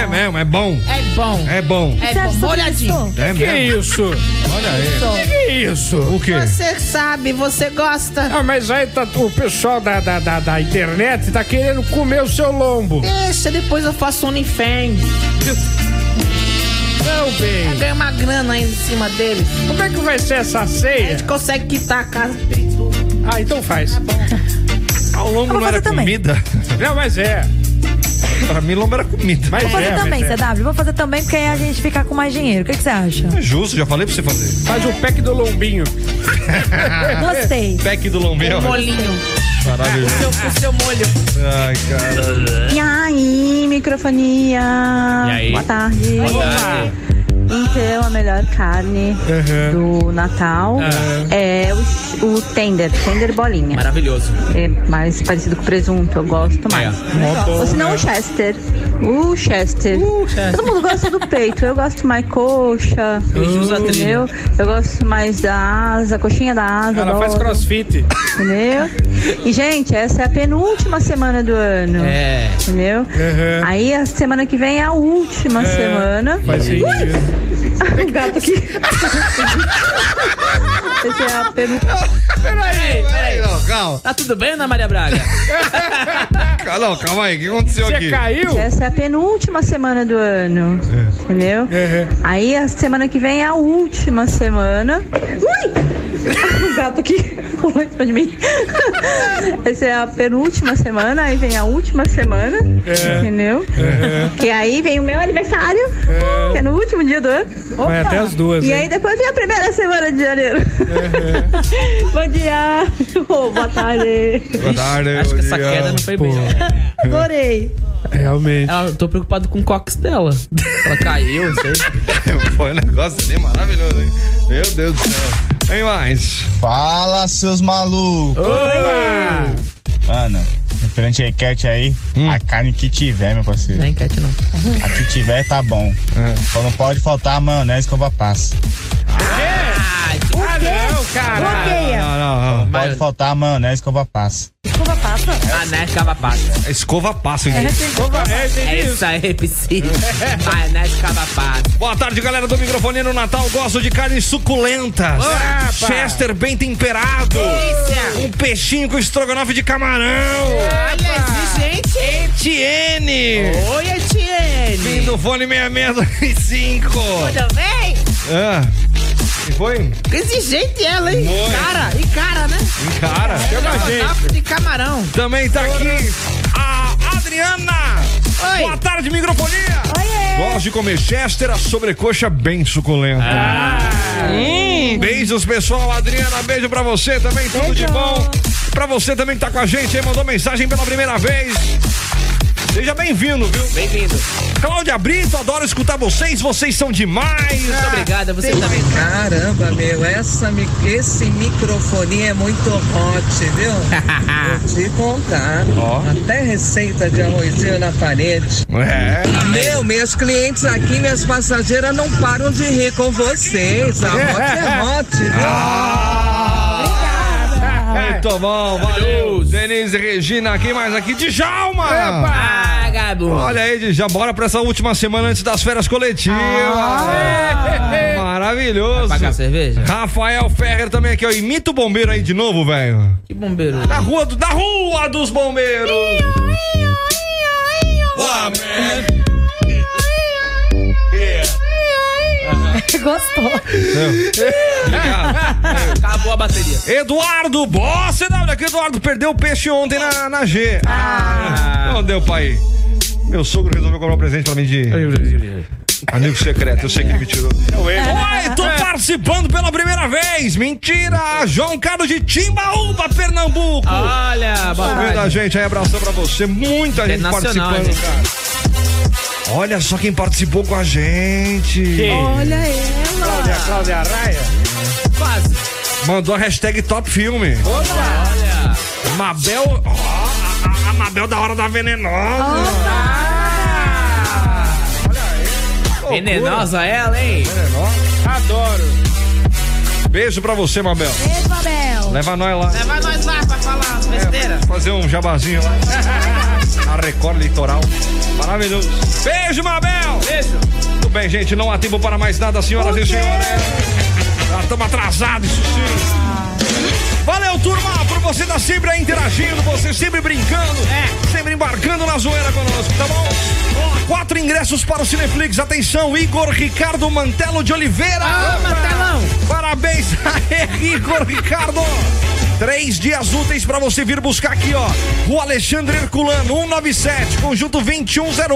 [SPEAKER 2] É mesmo, é bom.
[SPEAKER 7] É bom.
[SPEAKER 2] É bom.
[SPEAKER 7] É bom. Olhadinho.
[SPEAKER 2] É
[SPEAKER 6] Que
[SPEAKER 2] mesmo.
[SPEAKER 6] isso?
[SPEAKER 2] Olha aí.
[SPEAKER 6] Que é isso?
[SPEAKER 2] O quê?
[SPEAKER 7] Você sabe, você gosta.
[SPEAKER 6] Ah, mas aí tá, o pessoal da, da, da, da internet tá querendo comer o seu lombo.
[SPEAKER 7] Deixa, depois eu faço um OnlyFans.
[SPEAKER 6] Não, bem.
[SPEAKER 7] Ganha uma grana aí em cima dele.
[SPEAKER 6] Como é que vai ser essa
[SPEAKER 7] A
[SPEAKER 6] ceia?
[SPEAKER 2] É.
[SPEAKER 7] gente consegue quitar a casa.
[SPEAKER 6] Ah, então faz.
[SPEAKER 2] Ah, o lombo
[SPEAKER 20] vou
[SPEAKER 2] não era
[SPEAKER 20] fazer também.
[SPEAKER 2] comida?
[SPEAKER 6] Não, mas é.
[SPEAKER 2] pra mim, lombo era comida.
[SPEAKER 6] Mas
[SPEAKER 20] Vou fazer
[SPEAKER 6] é,
[SPEAKER 20] também,
[SPEAKER 6] mas é.
[SPEAKER 20] CW. Vou fazer também, porque aí a gente fica com mais dinheiro. O que que você acha?
[SPEAKER 2] É justo, já falei pra você fazer.
[SPEAKER 6] Faz o pack do lombinho.
[SPEAKER 20] Gostei.
[SPEAKER 2] Pack do lombinho.
[SPEAKER 7] Um molinho.
[SPEAKER 2] Maravilhoso.
[SPEAKER 7] Seu, o seu molho.
[SPEAKER 2] Ai, cara.
[SPEAKER 5] E aí, microfonia? Boa tarde. Então, a melhor carne do Natal é o, ch- o tender, tender bolinha.
[SPEAKER 7] Maravilhoso.
[SPEAKER 5] É mais parecido com presunto, eu gosto mais. Ou se não, é o Chester. O Chester. Todo mundo gosta do peito. Eu gosto mais coxa,
[SPEAKER 7] Jesus, a trilha.
[SPEAKER 5] entendeu? Eu gosto mais da asa, coxinha da
[SPEAKER 20] Tá
[SPEAKER 5] asa.
[SPEAKER 6] Ela faz
[SPEAKER 5] adoro.
[SPEAKER 6] crossfit.
[SPEAKER 5] Entendeu? E, gente, essa é a penúltima semana do ano.
[SPEAKER 7] É.
[SPEAKER 5] Entendeu? Aí a semana que vem é a última semana.
[SPEAKER 6] Faz sentido.
[SPEAKER 5] O gato aqui. Essa é a penúltima.
[SPEAKER 7] Peraí, peraí.
[SPEAKER 2] Não, calma.
[SPEAKER 7] Tá tudo bem, Ana Maria Braga?
[SPEAKER 2] Calma, não, calma aí. O que aconteceu
[SPEAKER 6] Você
[SPEAKER 2] aqui?
[SPEAKER 6] caiu?
[SPEAKER 5] Essa é a penúltima semana do ano.
[SPEAKER 6] É.
[SPEAKER 5] Entendeu? Aí a semana que vem é a última semana. Ui! O gato aqui pulou em cima de mim. Essa é a penúltima semana, aí vem a última semana.
[SPEAKER 6] É.
[SPEAKER 5] Entendeu? Que aí vem o meu aniversário, que é no último dia do ano.
[SPEAKER 6] Vai até as duas,
[SPEAKER 5] E
[SPEAKER 6] hein? É,
[SPEAKER 5] aí depois vem a primeira semana de janeiro. Bom dia! Ô, boa tarde!
[SPEAKER 2] Boa tarde,
[SPEAKER 7] Acho que
[SPEAKER 2] bom
[SPEAKER 7] essa
[SPEAKER 2] dia.
[SPEAKER 7] queda não foi
[SPEAKER 2] Pô.
[SPEAKER 7] bem.
[SPEAKER 5] Adorei!
[SPEAKER 6] Realmente.
[SPEAKER 7] Ah, Eu tô preocupado com o cox dela. Ela caiu, não sei.
[SPEAKER 2] Foi um negócio ali maravilhoso, hein? Meu Deus do céu. Tem mais.
[SPEAKER 23] Fala, seus malucos! Mano, referente à enquete aí, a carne que tiver, meu parceiro.
[SPEAKER 7] Não é enquete, não.
[SPEAKER 23] A que tiver tá bom. Só não pode faltar a maionese com a passa.
[SPEAKER 7] Ah,
[SPEAKER 6] Ah, não,
[SPEAKER 16] cara.
[SPEAKER 24] Não, não, não. Pode faltar a maionese que eu vou passa.
[SPEAKER 5] Escova passa.
[SPEAKER 7] Mané, cava passa.
[SPEAKER 2] Escova passa,
[SPEAKER 7] É,
[SPEAKER 2] gente.
[SPEAKER 7] é isso aí, piscina. Mané, cava passa.
[SPEAKER 2] Boa tarde, galera do microfone no Natal. Gosto de carnes suculentas.
[SPEAKER 7] Opa!
[SPEAKER 2] Chester bem temperado. Um peixinho com estrogonofe de camarão.
[SPEAKER 7] Olha, exigente.
[SPEAKER 2] Etienne.
[SPEAKER 7] Oi, Etienne.
[SPEAKER 2] Fim do fone 6625.
[SPEAKER 7] Tudo bem?
[SPEAKER 2] Ah, e foi?
[SPEAKER 7] Exigente ela, hein?
[SPEAKER 2] Muito.
[SPEAKER 7] Cara, e cara, né?
[SPEAKER 2] Cara,
[SPEAKER 7] Estrogonofe de camarão.
[SPEAKER 2] Também tá aqui a Adriana. Boa tarde, microfonia.
[SPEAKER 7] é.
[SPEAKER 2] Gosto de comer Chester, a sobrecoxa bem suculenta. Ah. Hum, beijos, pessoal. Adriana, beijo pra você também. Tudo de bom. Pra você também que tá com a gente, hein? mandou mensagem pela primeira vez. Seja bem-vindo, viu?
[SPEAKER 7] Bem-vindo.
[SPEAKER 2] Cláudia Brito, adoro escutar vocês. Vocês são demais.
[SPEAKER 7] Muito obrigada, você tá também.
[SPEAKER 11] Caramba, meu, essa, mi- esse microfone é muito hot, viu? Vou te contar. Até receita de arrozinho na parede.
[SPEAKER 2] É.
[SPEAKER 11] Meu, meus clientes aqui, minhas passageiras não param de rir com vocês. A hot é hot, viu?
[SPEAKER 2] Muito bom, valeu. Denise Regina aqui, mais aqui. Djalma.
[SPEAKER 7] Ah, Gabu.
[SPEAKER 2] Olha aí, já bora pra essa última semana antes das férias coletivas.
[SPEAKER 7] Ah.
[SPEAKER 2] É. Maravilhoso.
[SPEAKER 7] Vai pagar a cerveja?
[SPEAKER 2] Rafael Ferrer também aqui, ó. Imita o bombeiro aí de novo, velho.
[SPEAKER 7] Que bombeiro?
[SPEAKER 2] Da rua, do- da rua dos bombeiros.
[SPEAKER 5] Gostou.
[SPEAKER 7] Acabou a bateria.
[SPEAKER 2] Eduardo Bossa, não, olha que Eduardo perdeu o peixe ontem na, na G. Ah. Não deu, pai. Meu sogro resolveu comprar um presente pra mim de. Amigo secreto, eu sei que ele me tirou. Oi, tô participando pela primeira vez! Mentira! João Carlos de Timbaúba, Pernambuco!
[SPEAKER 7] Olha,
[SPEAKER 2] tá Ouvindo
[SPEAKER 7] bobagem.
[SPEAKER 2] a gente aí, abração pra você. Muita gente
[SPEAKER 7] Internacional,
[SPEAKER 2] participando,
[SPEAKER 7] gente.
[SPEAKER 2] cara. Olha só quem participou com a gente.
[SPEAKER 5] Olha ela.
[SPEAKER 16] Cláudia Raia.
[SPEAKER 7] Quase.
[SPEAKER 2] Mandou a hashtag Top Filme.
[SPEAKER 7] Olha.
[SPEAKER 2] Mabel. ó, a, a- a Mabel da Hora da Venenosa.
[SPEAKER 7] Venenosa ela, hein?
[SPEAKER 16] Adoro.
[SPEAKER 2] Beijo pra você, Mabel.
[SPEAKER 5] Beijo, Abel.
[SPEAKER 2] Leva nós lá.
[SPEAKER 7] Leva nós lá pra falar besteira.
[SPEAKER 2] Fazer um jabazinho lá. A Record Litoral. Maravilhoso. Beijo, Mabel!
[SPEAKER 7] Beijo.
[SPEAKER 2] Tudo bem, gente. Não há tempo para mais nada, senhoras e senhores. Já estamos atrasados, isso sim. Valeu, turma, por você estar sempre aí interagindo, você sempre brincando,
[SPEAKER 7] É.
[SPEAKER 2] sempre embarcando na zoeira conosco, tá bom? Ó, quatro ingressos para o Cineflix. Atenção, Igor Ricardo Mantelo de Oliveira.
[SPEAKER 7] Ah, Mantelão.
[SPEAKER 2] Parabéns a Igor Ricardo. Três dias úteis para você vir buscar aqui, ó. Rua Alexandre Herculano, 197, conjunto 2101.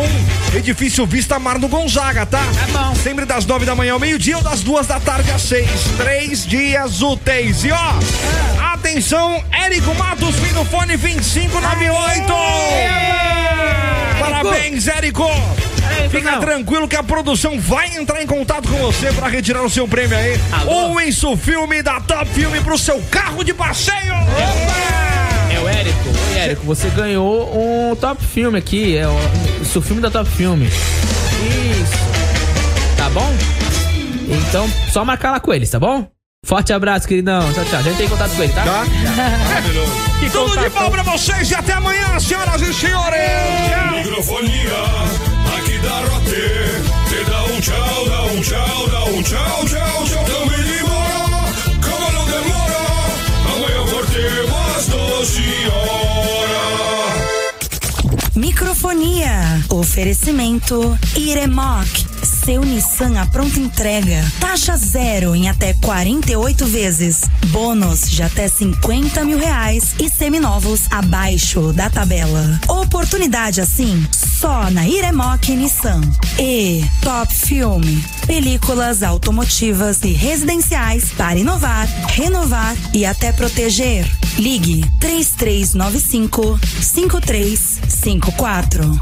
[SPEAKER 2] Edifício Vista Mar do Gonzaga, tá? Tá
[SPEAKER 7] bom.
[SPEAKER 2] Sempre das nove da manhã ao meio-dia ou das duas da tarde às seis. Três dias úteis. E ó, atenção, Érico Matos, fim do fone 2598. Parabéns, Érico. Fica tranquilo que a produção vai entrar em contato com você para retirar o seu prêmio aí. Ou em seu filme da Top Filme pro seu carro de passeio.
[SPEAKER 7] É o Érico. Oi, Érico, você ganhou um top filme aqui. É o, isso, o filme da top filme. Isso. Tá bom? Então, só marcar lá com eles, tá bom? Forte abraço, queridão. Tchau, tchau. A gente tem contato com ele, tá?
[SPEAKER 2] Tá. Tudo de bom pra vocês e até amanhã, senhoras e senhores.
[SPEAKER 9] Microfonia, aqui da Rote. Te dá um tchau, dá um tchau, dá um tchau, tchau, tchau. Tamo indo embora, calma, não demora. Amanhã vou ter umas 12 horas.
[SPEAKER 1] Microfonia. Oferecimento Iremoc. Seu Nissan à pronta entrega. Taxa zero em até 48 vezes. Bônus de até 50 mil reais e seminovos abaixo da tabela. Oportunidade assim, só na Iremoc Nissan. E Top Filme. Películas automotivas e residenciais para inovar, renovar e até proteger. Ligue 3395 5354.